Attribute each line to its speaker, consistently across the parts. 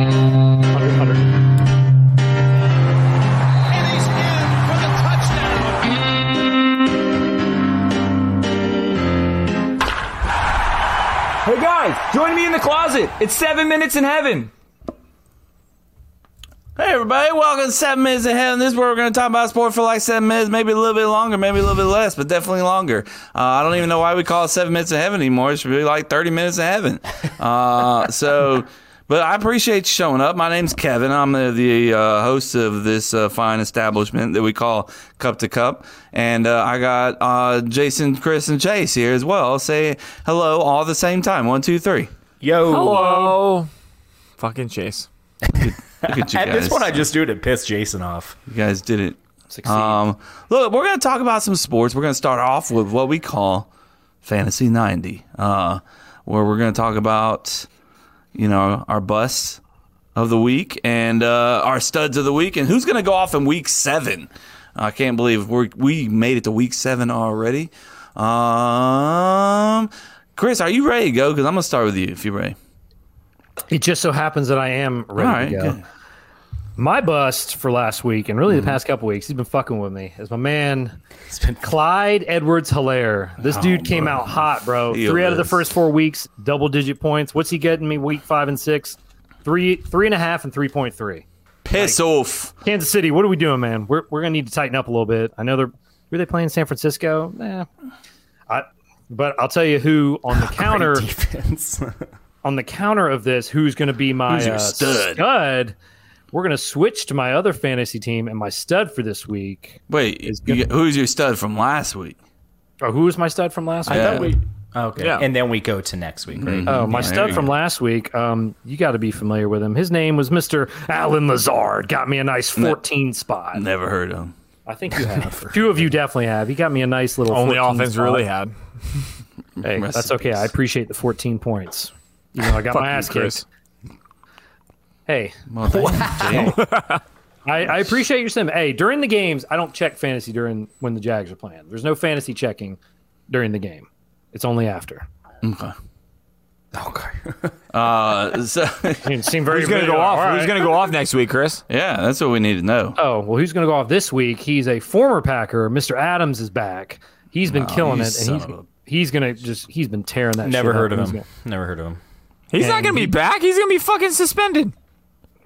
Speaker 1: 100, 100.
Speaker 2: And he's in for the touchdown.
Speaker 3: Hey guys, join me in the closet. It's seven minutes in heaven.
Speaker 4: Hey everybody, welcome to Seven Minutes in Heaven. This is where we're going to talk about sport for like seven minutes, maybe a little bit longer, maybe a little bit less, but definitely longer. Uh, I don't even know why we call it Seven Minutes in Heaven anymore. It should be like thirty minutes in heaven. Uh, so, but I appreciate you showing up. My name's Kevin. I'm the, the uh, host of this uh, fine establishment that we call Cup to Cup, and uh, I got uh, Jason, Chris, and Chase here as well. Say hello all at the same time. One, two, three.
Speaker 1: Yo.
Speaker 5: Hello. Fucking Chase.
Speaker 4: Look at you
Speaker 1: At
Speaker 4: guys.
Speaker 1: this point, I just do it to piss Jason off.
Speaker 4: You guys did it. Um, look, we're going to talk about some sports. We're going to start off with what we call Fantasy 90, uh, where we're going to talk about, you know, our busts of the week and uh, our studs of the week and who's going to go off in week seven. I can't believe we we made it to week seven already. Um, Chris, are you ready to go? Because I'm going to start with you if you're ready.
Speaker 6: It just so happens that I am ready
Speaker 4: All right.
Speaker 6: to go.
Speaker 4: good.
Speaker 6: My bust for last week and really the past couple weeks, he's been fucking with me. Is my man
Speaker 1: It's been
Speaker 6: Clyde Edwards Hilaire. This dude came out hot, bro.
Speaker 4: Feel
Speaker 6: Three out of the
Speaker 4: this.
Speaker 6: first four weeks, double digit points. What's he getting me week five and six? Three three and a half and three point three.
Speaker 4: Piss off.
Speaker 6: Kansas City, what are we doing, man? We're, we're gonna need to tighten up a little bit. I know they're were they playing San Francisco? Nah. I but I'll tell you who on the counter
Speaker 1: great defense.
Speaker 6: on the counter of this, who's going to be my
Speaker 4: Who's your
Speaker 6: uh,
Speaker 4: stud?
Speaker 6: stud? We're going to switch to my other fantasy team, and my stud for this week.
Speaker 4: Wait, you, who's your stud from last week?
Speaker 6: Oh, who was my stud from last week?
Speaker 4: Yeah.
Speaker 1: we, Oh, okay.
Speaker 5: Yeah.
Speaker 1: And then we go to next week, right?
Speaker 6: Oh, my
Speaker 4: Yeah, there
Speaker 6: stud
Speaker 4: you
Speaker 6: from
Speaker 4: go.
Speaker 6: last week. Um, you got to be familiar with him. His name was Mr. Alan Lazard. Got me a nice 14 spot.
Speaker 4: Never heard of him.
Speaker 6: I think you have. Two of you definitely have. He got me a nice little.
Speaker 5: Only
Speaker 6: 14
Speaker 5: offense
Speaker 6: spot.
Speaker 5: really had.
Speaker 6: Hey,
Speaker 4: Rest
Speaker 6: that's
Speaker 4: in
Speaker 6: okay. I
Speaker 4: peace.
Speaker 6: appreciate the 14 points. You know, I got
Speaker 5: Fuck
Speaker 6: my
Speaker 5: you,
Speaker 6: ass
Speaker 5: Chris.
Speaker 6: kicked. Hey,
Speaker 4: Well, thank you, Jay.
Speaker 6: I, I appreciate your sim. Hey, during the games, I don't check fantasy during when the Jags are playing. There's no fantasy checking during the game. It's only after.
Speaker 4: Uh, so,
Speaker 6: It seemed very.
Speaker 5: Who's going to go off? Who's going to go off next week, Chris?
Speaker 4: yeah, that's what we need to know.
Speaker 6: Oh well, who's going to go off this week? He's a former Packer. Mr. Adams is back. He's been killing
Speaker 4: you
Speaker 6: it,
Speaker 4: son
Speaker 6: and he's
Speaker 4: of a-
Speaker 6: he's going to just he's been tearing that.
Speaker 1: Never
Speaker 6: shit
Speaker 1: heard
Speaker 6: up.
Speaker 1: of
Speaker 6: He's
Speaker 1: him.
Speaker 6: gonna-
Speaker 1: Never heard of him.
Speaker 5: He's not going to be back. He's going to be fucking suspended.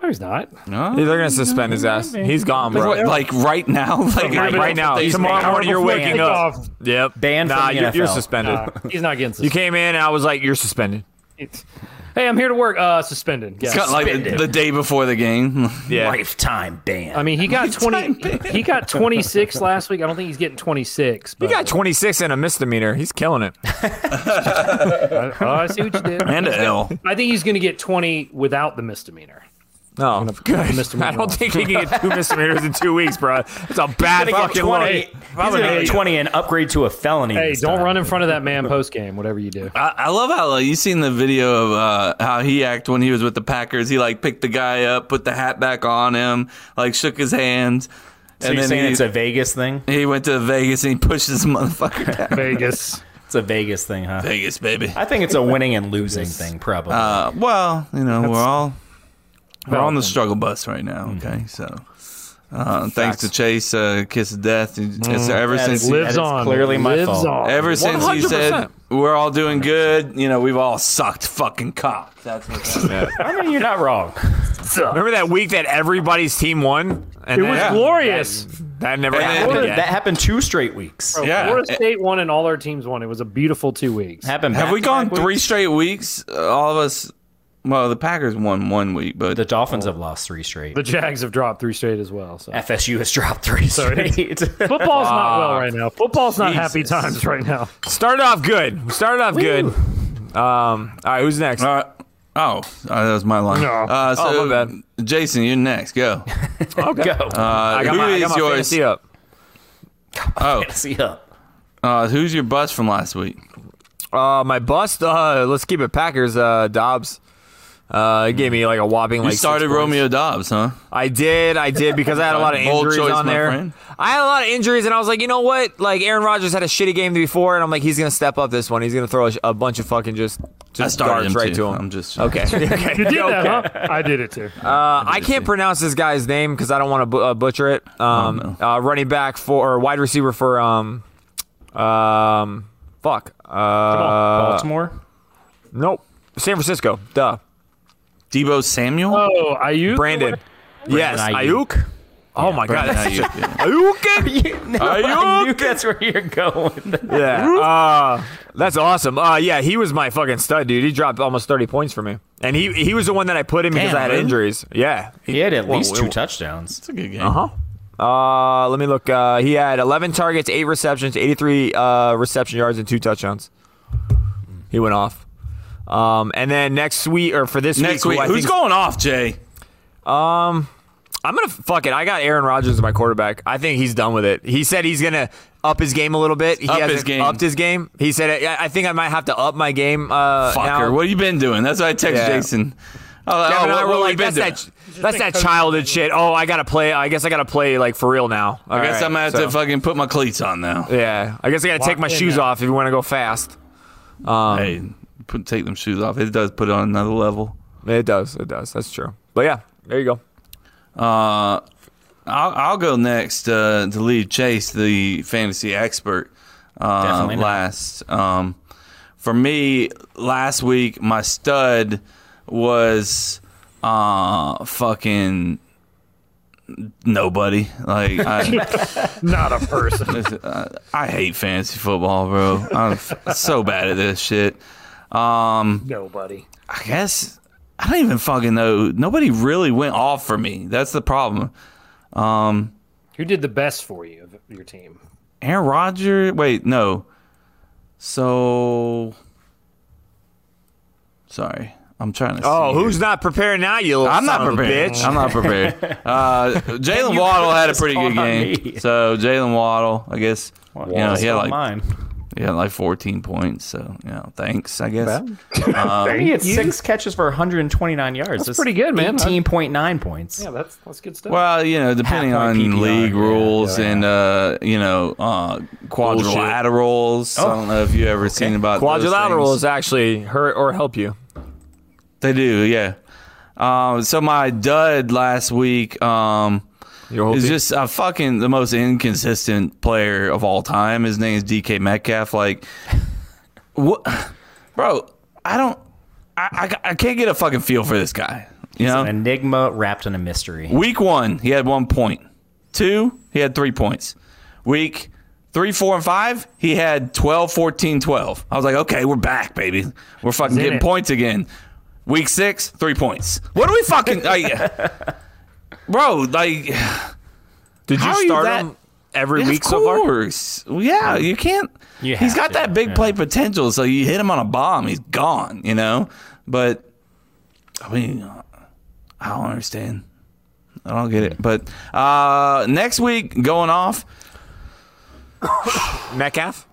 Speaker 6: no, he's not.
Speaker 4: No?
Speaker 5: They're going to suspend his ass. He's gone,
Speaker 4: What,
Speaker 5: bro.
Speaker 4: like right now, like
Speaker 5: Right, right now,
Speaker 4: They-
Speaker 5: tomorrow morning, you're
Speaker 6: before
Speaker 5: waking up.
Speaker 6: kickoff.
Speaker 5: Yep.
Speaker 1: Banned
Speaker 5: Nah,
Speaker 1: from the
Speaker 5: you're, you're
Speaker 1: NFL.
Speaker 5: suspended.
Speaker 6: He's not getting
Speaker 5: You
Speaker 6: suspended.
Speaker 5: came in, and I was like, "You're suspended."
Speaker 6: Hey, I'm here to work. Uh, suspended. Yes.
Speaker 4: It's got like the, the day before the game.
Speaker 5: Yeah.
Speaker 1: Lifetime ban.
Speaker 6: I mean, he got twenty. He got twenty six last week. I don't think he's getting twenty six.
Speaker 5: He got 26 and a misdemeanor. He's killing it.
Speaker 6: Oh, I see what you did.
Speaker 4: And a L.
Speaker 6: I think he's going to get 20 without the misdemeanor.
Speaker 5: No, good.
Speaker 6: misdemeanor
Speaker 5: I don't
Speaker 6: off.
Speaker 5: think he can get two misdemeanors in two weeks, bro. It's a bad
Speaker 1: He's gonna get
Speaker 5: fucking look.
Speaker 1: 20. He's gonna get 20 and upgrade to a felony.
Speaker 6: Hey,
Speaker 1: this
Speaker 6: don't
Speaker 1: time.
Speaker 6: run in front of that man post game, whatever you do.
Speaker 4: I, I love how like, you seen the video of uh, how he act when he was with the Packers. He like picked the guy up, put the hat back on him, like shook his hands,
Speaker 1: So you're saying
Speaker 4: he,
Speaker 1: it's a Vegas thing?
Speaker 4: he went to Vegas and he pushed this motherfucker down.
Speaker 6: Vegas.
Speaker 1: It's a Vegas thing, huh?
Speaker 4: Vegas, baby.
Speaker 1: I think it's a winning and losing thing, probably.
Speaker 4: Uh, well, you know, we're all we're on the struggle bus right now. Okay, so uh, thanks to Chase, uh, kiss of death. It's ever
Speaker 1: That
Speaker 4: since
Speaker 1: is-
Speaker 6: Lives
Speaker 1: that is
Speaker 6: on.
Speaker 1: clearly my
Speaker 6: Lives
Speaker 1: fault.
Speaker 6: on.
Speaker 4: ever since he said
Speaker 5: 100%.
Speaker 4: we're all doing good. You know, we've all sucked fucking cock. That's what that-
Speaker 1: I mean, you're not wrong.
Speaker 5: Remember that week that everybody's team won? And
Speaker 6: it was
Speaker 5: that,
Speaker 6: glorious.
Speaker 5: that never
Speaker 4: And
Speaker 5: happened
Speaker 4: then-
Speaker 5: again.
Speaker 1: That happened two straight weeks.
Speaker 4: yeah.
Speaker 6: Florida State won and all our teams won. It was a beautiful two weeks.
Speaker 1: Happened.
Speaker 4: Have we gone
Speaker 1: back-to-back
Speaker 4: three
Speaker 1: weeks.
Speaker 4: straight weeks? Uh, all of us. Well, the Packers won one week, but
Speaker 1: The Dolphins have lost three straight.
Speaker 6: The Jags have dropped three straight as well. So
Speaker 1: FSU has dropped three
Speaker 6: Sorry.
Speaker 1: straight.
Speaker 6: football's not well right now. Football's not happy
Speaker 1: Ah. Jesus.
Speaker 6: times right now.
Speaker 5: started off good. We started off good. Um, all right, who's next?
Speaker 4: uh, oh, uh, that was my line.
Speaker 6: No.
Speaker 4: Uh, so,
Speaker 5: Oh, my
Speaker 4: Jason, you're next. Go.
Speaker 5: okay.
Speaker 1: Go.
Speaker 4: Uh,
Speaker 5: I got
Speaker 4: who
Speaker 5: my, I
Speaker 4: is
Speaker 5: got my
Speaker 4: yours?
Speaker 5: fantasy up.
Speaker 4: Oh,
Speaker 1: See up.
Speaker 4: uh, who's your bus from last week?
Speaker 5: Uh, my bust. Uh, let's keep it Packers. Uh, Dobbs. Uh, it gave me like a whopping.
Speaker 4: You
Speaker 5: like six
Speaker 4: started
Speaker 5: points.
Speaker 4: Romeo Dobbs, huh?
Speaker 5: I did, I did because I had a lot of
Speaker 4: Bold
Speaker 5: injuries
Speaker 4: choice,
Speaker 5: on
Speaker 4: my
Speaker 5: there.
Speaker 4: friend.
Speaker 5: I had a lot of injuries, and I was like, you know what? Like Aaron Rodgers had a shitty game before, and I'm like, he's gonna step up this one. He's gonna throw a, sh- a bunch of fucking just
Speaker 4: I
Speaker 5: just
Speaker 4: started
Speaker 5: darts
Speaker 4: him
Speaker 5: right
Speaker 4: too.
Speaker 5: to him.
Speaker 4: I'm just
Speaker 5: okay. okay.
Speaker 6: You did that, huh? I did it too.
Speaker 5: Uh, I can't pronounce this guy's name because I don't want to bu- uh, butcher it.
Speaker 4: Oh,
Speaker 5: Um, uh, running back for or wide receiver for um, um, fuck. Uh,
Speaker 1: Baltimore.
Speaker 5: nope. San Francisco. Duh.
Speaker 4: Debo Samuel.
Speaker 6: Oh, are you
Speaker 5: Brandon. Yes.
Speaker 1: Ayuk.
Speaker 5: Ayuk. Oh my god.
Speaker 4: Brandon
Speaker 5: that's
Speaker 4: Ayuk,
Speaker 5: just-
Speaker 4: yeah.
Speaker 5: Ayuk.
Speaker 1: I knew that's where you're going.
Speaker 5: Yeah. Uh, that's awesome. Uh, yeah, he was my fucking stud, dude. He dropped almost 30 points for me. And he, he was the one that I put in because
Speaker 4: Damn,
Speaker 5: I had
Speaker 4: really?
Speaker 5: injuries. Yeah.
Speaker 1: he had at least
Speaker 5: Whoa,
Speaker 1: two
Speaker 5: whoa.
Speaker 1: touchdowns.
Speaker 4: That's a good game.
Speaker 5: Uh-huh. Uh, let me look. Uh, he had 11 targets, 8 receptions, 83 uh, reception yards, and 2 touchdowns. He went off. Um, and then next week, or for this
Speaker 4: Next
Speaker 5: week,
Speaker 4: week,
Speaker 5: who I
Speaker 4: who's
Speaker 5: think's-
Speaker 4: going off, Jay?
Speaker 5: I'm gonna fuck it. I got Aaron Rodgers as my quarterback. I think he's done with it. He said he's gonna up his game a little bit. He
Speaker 4: Up his
Speaker 5: hasn't
Speaker 4: game.
Speaker 5: Upped his game. He said, "I I think I might have to up my game." Uh,
Speaker 4: Fucker,
Speaker 5: now."
Speaker 4: what have you been doing? That's what I text
Speaker 5: Yeah.
Speaker 4: Jason. Oh,
Speaker 5: Kevin and
Speaker 4: oh,
Speaker 5: I
Speaker 4: what,
Speaker 5: were
Speaker 4: what
Speaker 5: like,
Speaker 4: we been
Speaker 5: "That's
Speaker 4: doing?
Speaker 5: that, that's that childhood shit." Oh, I gotta play. I guess I gotta play like for real now.
Speaker 4: I guess I'm gonna have
Speaker 5: so,
Speaker 4: to fucking put my cleats on now.
Speaker 5: Yeah, I guess I gotta take my
Speaker 6: in
Speaker 5: shoes
Speaker 6: now.
Speaker 5: off if you want to go fast. Um,
Speaker 4: Hey, put, take them shoes off. It does put it on another level.
Speaker 5: It does. It does. That's true. But yeah, there you go.
Speaker 4: Uh, I'll, I'll go next uh, to leave Chase, the fantasy expert, uh,
Speaker 1: Definitely not.
Speaker 4: last. Um, for me, last week, my stud was uh, fucking nobody. Like, I, uh,
Speaker 6: not a person?
Speaker 4: I hate fantasy football, bro. I'm f- so bad at this shit. Um,
Speaker 6: Nobody.
Speaker 4: I guess I don't even fucking know. Nobody really went off for me. That's the problem.
Speaker 6: Who did the best for you of your team?
Speaker 4: Aaron Rodgers. Wait, no. So, sorry. I'm trying to. See
Speaker 5: Oh,
Speaker 4: here.
Speaker 5: who's not prepared now? You little
Speaker 4: I'm not
Speaker 5: son of a
Speaker 4: prepared.
Speaker 5: bitch.
Speaker 4: I'm not prepared. Uh, Jalen Waddle had a pretty good
Speaker 1: on
Speaker 4: game.
Speaker 1: me.
Speaker 4: So Jalen Waddle, I guess. you know, he had like
Speaker 1: mine.
Speaker 4: he had like 14 points. So you know, thanks. I guess.
Speaker 1: he had six catches for 129 yards. That's,
Speaker 6: pretty good, man.
Speaker 1: 18.9 points.
Speaker 6: Yeah, that's that's good stuff.
Speaker 4: Well, you know, depending
Speaker 1: Half-point
Speaker 4: on
Speaker 1: PPR,
Speaker 4: league
Speaker 1: yeah,
Speaker 5: Oh,
Speaker 4: rules and uh, you know uh, quadrilaterals. I don't know if you ever seen about those things.
Speaker 5: Quadrilaterals actually hurt or help you.
Speaker 4: They do, yeah. Um, so my dud last week um,
Speaker 5: Your whole
Speaker 4: is
Speaker 5: team.
Speaker 4: just a fucking the most inconsistent player of all time. His name is DK Metcalf. Like, what, bro? I don't. I, I ca- I can't get a fucking feel for this guy. You know,
Speaker 1: An enigma wrapped in a mystery.
Speaker 4: Week one, he had one point. Two, he had three points. Week three, four, and five, he had 12, 14, 12. I was like, okay, we're back, baby. We're fucking getting
Speaker 6: it.
Speaker 4: points again. Week six, three points. What are we fucking. like, bro, like,
Speaker 5: Did
Speaker 4: how are
Speaker 5: you
Speaker 4: you
Speaker 5: start
Speaker 4: that-
Speaker 5: him every
Speaker 4: of
Speaker 5: week so far?
Speaker 4: course. Well, yeah, you can't.
Speaker 1: You
Speaker 4: he's
Speaker 1: have
Speaker 4: got
Speaker 1: to,
Speaker 4: that big
Speaker 1: yeah.
Speaker 4: play potential, so you hit him on a bomb, he's gone, you know? But, I mean, I don't understand. I don't get it. But uh, next week, going off,
Speaker 5: Metcalf?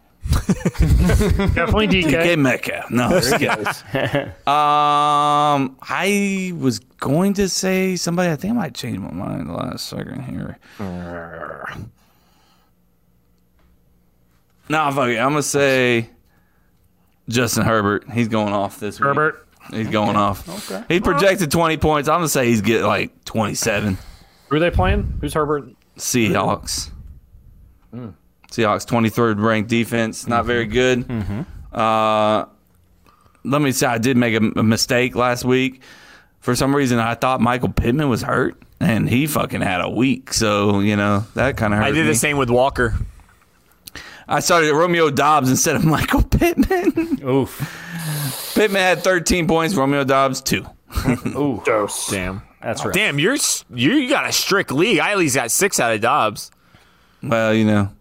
Speaker 6: Definitely DK.
Speaker 4: DK Metcalf. No, I'm just kidding. um, I was going to say somebody. I think I might change my mind the last second here. nah, fuck it. I'm gonna say Justin Herbert. He's going off this week.
Speaker 6: Herbert.
Speaker 4: He's going off. Okay. He projected 20 points. I'm gonna say he's getting like 27.
Speaker 6: Who are they playing? Who's Herbert?
Speaker 4: Seahawks. Mm. Seahawks, 23rd ranked defense,
Speaker 5: Mm-hmm.
Speaker 4: not very good. Uh, let me say, I did make a, a mistake last week. For some reason, I thought Michael Pittman was hurt, and he fucking had a week. So you know that kind of hurt.
Speaker 5: I did
Speaker 4: me.
Speaker 5: the same with Walker.
Speaker 4: I started Romeo Dobbs instead of Michael Pittman.
Speaker 1: Oof.
Speaker 4: Pittman had 13 points. Romeo Dobbs two.
Speaker 1: Ooh.
Speaker 6: Dose.
Speaker 5: Damn.
Speaker 1: That's right.
Speaker 5: Oh, Damn, you're s- you got a strict league. I at least got six out of Dobbs.
Speaker 4: Well, you know,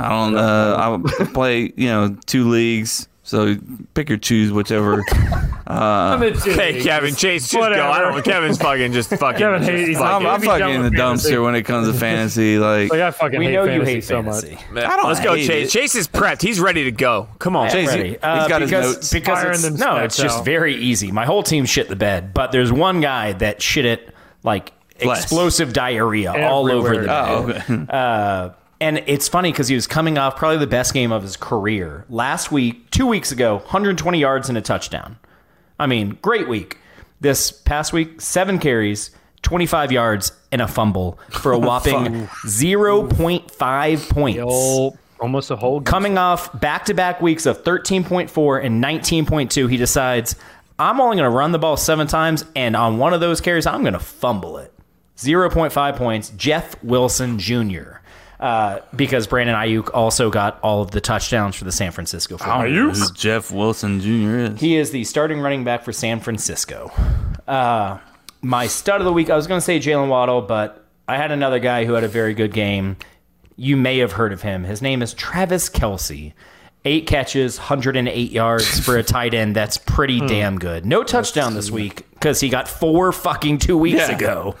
Speaker 4: I don't. Uh, I play you know two leagues, So pick or choose whichever.
Speaker 5: Hey, Kevin, Chase, just
Speaker 6: Whatever.
Speaker 5: go. I don't. Kevin's fucking just fucking.
Speaker 6: Kevin
Speaker 5: just
Speaker 6: hates-
Speaker 5: fucking-
Speaker 4: I'm, I'm
Speaker 6: Maybe
Speaker 4: fucking in the
Speaker 6: don't fantasy.
Speaker 4: dumpster when it comes to fantasy. Like,
Speaker 6: Like I fucking
Speaker 1: We
Speaker 6: hate
Speaker 1: know you
Speaker 6: fantasy
Speaker 1: hate
Speaker 6: so
Speaker 1: fantasy.
Speaker 6: much.
Speaker 4: I don't
Speaker 5: Let's go,
Speaker 4: hate
Speaker 5: Chase.
Speaker 4: it.
Speaker 5: Chase is prepped. He's ready to go. Come on.
Speaker 4: Chase,
Speaker 1: Ready.
Speaker 4: he- Oh,
Speaker 1: Uh,
Speaker 4: he's got his
Speaker 1: because,
Speaker 4: notes.
Speaker 1: Because
Speaker 6: Firing
Speaker 1: it's,
Speaker 6: them
Speaker 1: no, it's
Speaker 6: stats
Speaker 1: just
Speaker 6: out.
Speaker 1: very easy. My whole team shit the bed, but there's one guy that shit it like
Speaker 4: Bless.
Speaker 1: explosive diarrhea all over the
Speaker 6: Everywhere.
Speaker 1: bed.
Speaker 4: Oh, okay.
Speaker 1: And it's funny because he was coming off probably the best game of his career. Last week, two weeks ago, 120 yards and a touchdown. I mean, great week. This past week, seven carries, 25 yards, and a fumble for a whopping 0.5 points.
Speaker 6: Whole- almost a whole
Speaker 1: Coming off back to back weeks of 13.4 and 19.2, he decides, I'm only going to run the ball seven times, and on one of those carries, I'm going to fumble it. 0.5 points, Jeff Wilson Jr. Uh, because Brandon Ayuk also got all of the touchdowns for the San Francisco 49ers.
Speaker 4: Who Jeff Wilson Jr. is.
Speaker 1: He is the starting running back for San Francisco. Uh, my stud of the week, I was going to say Jalen Waddle, but I had another guy who had a very good game. You may have heard of him. His name is Travis Kelsey. Eight catches, 108 yards for a tight end. That's pretty damn good. No touchdown this week because he got four fucking two weeks
Speaker 4: Yeah.
Speaker 1: ago.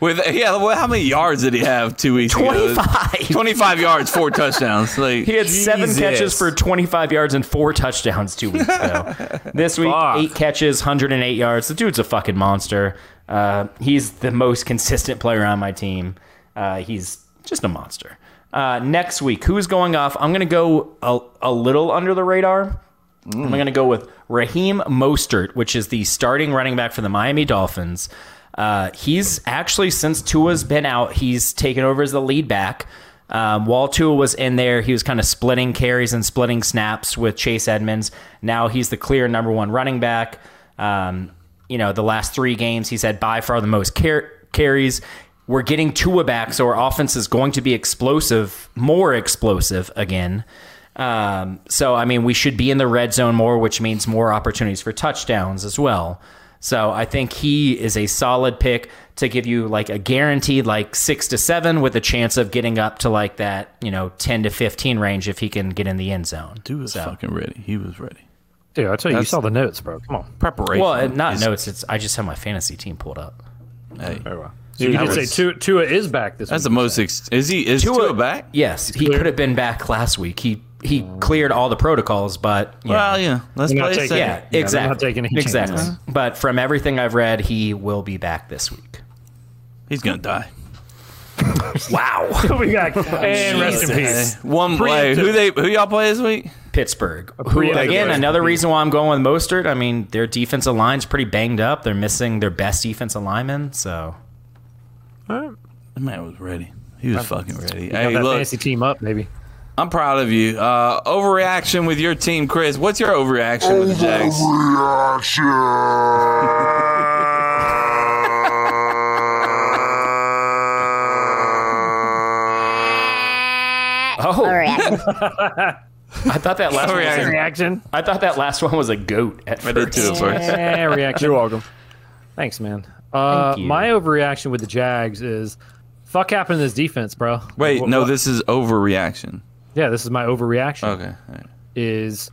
Speaker 4: With yeah, well, how many yards did he have two weeks ago?
Speaker 1: 25.
Speaker 4: 25 yards, four touchdowns. Like
Speaker 1: He had seven
Speaker 5: Jesus.
Speaker 1: catches for 25 yards and four touchdowns two weeks ago. this week,
Speaker 5: Fuck.
Speaker 1: eight catches, 108 yards. The dude's a fucking monster. Uh, he's the most consistent player on my team. Uh, he's just a monster. Uh, next week, who's going off? I'm going to go a, a little under the radar.
Speaker 5: Mm.
Speaker 1: I'm going to go with Raheem Mostert, which is the starting running back for the Miami Dolphins. Uh, he's actually, since Tua's been out, he's taken over as the lead back. Um, while Tua was in there, he was kind of splitting carries and splitting snaps with Chase Edmonds. Now he's the clear number one running back. Um, you know, the last three games, he's had by far the most car- carries. We're getting Tua back, so our offense is going to be explosive, more explosive again. Um, so, I mean, we should be in the red zone more, which means more opportunities for touchdowns as well. So, I think he is a solid pick to give you like a guaranteed like six to seven with a chance of getting up to like that, you know, 10 to 15 range if he can get in the end zone.
Speaker 4: dude was fucking ready. He was ready.
Speaker 6: Dude, I tell you, you
Speaker 4: That's-
Speaker 6: saw the notes, bro. Come on.
Speaker 4: Preparation.
Speaker 1: Well, not
Speaker 4: is-
Speaker 1: notes. It's I just have my fantasy team pulled up.
Speaker 4: hey,
Speaker 6: you
Speaker 4: that
Speaker 6: did say
Speaker 4: was-
Speaker 6: Tua, Tua is back this
Speaker 4: that's the
Speaker 6: week.
Speaker 4: most. Ex- is he is Tua, back?
Speaker 1: Yes, he
Speaker 6: clear.
Speaker 1: could have been back last week. He he cleared all the protocols, but you know.
Speaker 4: Well, yeah. Let's
Speaker 6: We're not
Speaker 4: play it
Speaker 6: taking-
Speaker 4: safe.
Speaker 1: yeah,
Speaker 6: Yeah, they're
Speaker 1: exactly,
Speaker 6: not taking any
Speaker 1: exactly.
Speaker 6: chances.
Speaker 1: But from everything I've read, he will be back this week.
Speaker 4: He's gonna die.
Speaker 1: Wow,
Speaker 6: we got and rest in
Speaker 4: Hey,
Speaker 6: peace.
Speaker 4: One play. Who they? Who y'all play this week?
Speaker 1: Pittsburgh. Who,
Speaker 6: preemptive
Speaker 1: again,
Speaker 6: choice.
Speaker 1: another reason why I'm going with Mostert. I mean, their defensive line's pretty banged up. They're missing their best defensive lineman. So
Speaker 4: The man was ready. He was fucking ready.
Speaker 6: Got
Speaker 4: Hey,
Speaker 6: that
Speaker 4: look,
Speaker 6: fantasy team up, maybe.
Speaker 4: I'm proud of you. Uh, overreaction with your team, Chris. What's your overreaction with the Jags?
Speaker 1: oh, I thought that last one was a-
Speaker 6: Reaction.
Speaker 1: I thought that last one was a goat at
Speaker 4: I did
Speaker 1: first.
Speaker 4: too at first.
Speaker 6: Eh, reaction.
Speaker 5: You're welcome.
Speaker 6: Thanks, man. Uh,
Speaker 1: Thank you.
Speaker 6: My overreaction with the Jags is fuck happened to this defense, bro.
Speaker 4: Wait,
Speaker 6: What-
Speaker 4: no,
Speaker 6: what-
Speaker 4: this is overreaction.
Speaker 6: Yeah, this is my overreaction.
Speaker 4: Okay. all right.
Speaker 6: Is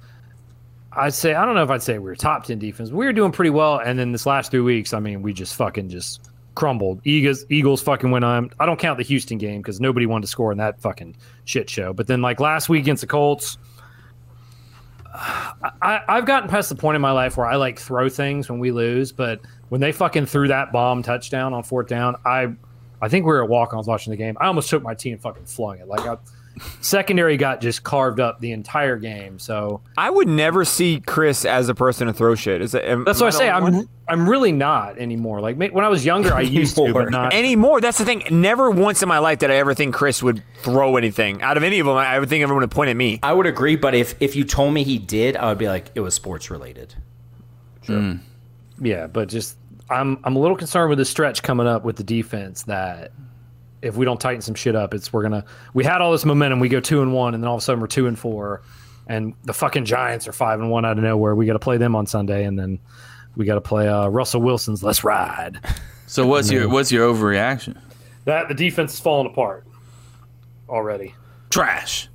Speaker 6: I'd say I don't know if I'd say we were top ten defense. We were doing pretty well, and then this last three weeks, I mean, we just fucking just crumbled. Eagles, Eagles fucking went on. I don't count the Houston game because nobody wanted to score in that fucking shit show. But then like last week against the Colts. I, I've gotten past the point in my life where I like throw things when we lose, but when they fucking threw that bomb touchdown on fourth down, I I think we were at walk. I was watching the game. I almost took my team and fucking flung it. Like I, secondary got just carved up the entire game. So
Speaker 5: I would never see Chris as a person to throw shit. Is that, am-
Speaker 6: that's what I,
Speaker 5: am
Speaker 6: say.
Speaker 5: the only one?
Speaker 6: I'm I'm really not anymore. Like ma- when I was younger, I used to, but not.
Speaker 5: anymore. That's the thing. Never once in my life did I ever think Chris would throw anything out of any of them. I I would think everyone would point at me.
Speaker 1: I would agree, but if if you told me he did, I would be like, it was sports related.
Speaker 6: yeah, but just I'm I'm a little concerned with the stretch coming up with the defense that if we don't tighten some shit up, it's we're gonna we had all this momentum. We go two and one, and then all of a sudden we're two and four, and the fucking Giants are five and one out of nowhere. We got to play them on Sunday, and then we got to play uh, Russell Wilson's Let's Ride.
Speaker 4: So what's your what's your overreaction?
Speaker 6: That the defense is falling apart already.
Speaker 4: Trash.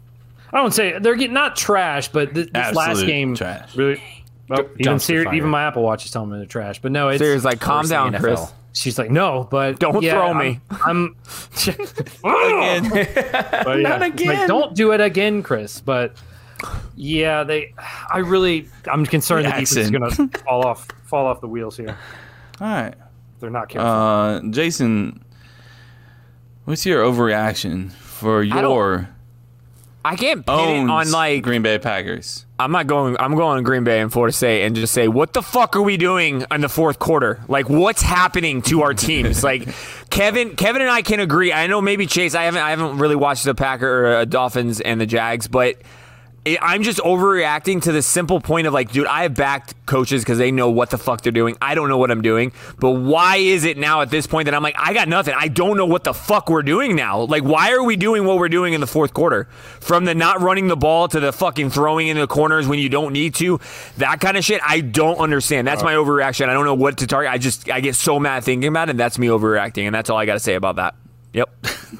Speaker 6: I don't say they're getting not trash, but th- this last
Speaker 4: Absolute
Speaker 6: game
Speaker 4: trash.
Speaker 6: really. Well, even,
Speaker 1: dumpster
Speaker 6: Siri,
Speaker 1: fire.
Speaker 6: even my Apple Watch is telling me they're trash. But no, it's
Speaker 5: Serious, like, calm
Speaker 1: Worst thing
Speaker 5: down,
Speaker 1: in
Speaker 5: Chris.
Speaker 1: NFL.
Speaker 6: she's like no, but
Speaker 5: Don't
Speaker 6: yeah,
Speaker 5: throw
Speaker 6: I'm-
Speaker 5: me.
Speaker 6: I'm,
Speaker 4: Again,
Speaker 6: but yeah,
Speaker 1: Not
Speaker 6: it's like,
Speaker 1: again.
Speaker 6: don't do it again, Chris. But yeah, they. I really, I'm concerned that defense is
Speaker 4: Jackson.
Speaker 6: going to fall off, fall off the wheels here.
Speaker 4: all right.
Speaker 6: If They're not careful.
Speaker 4: Uh, Jason, what's your overreaction for
Speaker 5: don't
Speaker 4: your
Speaker 5: I can't pin
Speaker 4: own
Speaker 5: it on like
Speaker 4: Green Bay Packers?
Speaker 5: I'm not going. I'm going to Green Bay and Florida State and just say, what the fuck are we doing in the fourth quarter? Like, what's happening to our teams? like, Kevin, Kevin and I can agree. I know maybe Chase. I haven't. I haven't really watched the Packer, uh, Dolphins, and the Jags, but. it- I'm just overreacting to the simple point of like, dude, I have backed coaches because they know what the fuck they're doing. I don't know what I'm doing. But why is it now at this point that I'm like, I got nothing. I don't know what the fuck we're doing now. Like, why are we doing what we're doing in the fourth quarter? From the not running the ball to the fucking throwing in the corners when you don't need to, that kind of shit. I don't understand. That's my overreaction. I don't know what to target. I just, I get so mad thinking about it. And that's me overreacting. And that's all I got to say about that. Yep.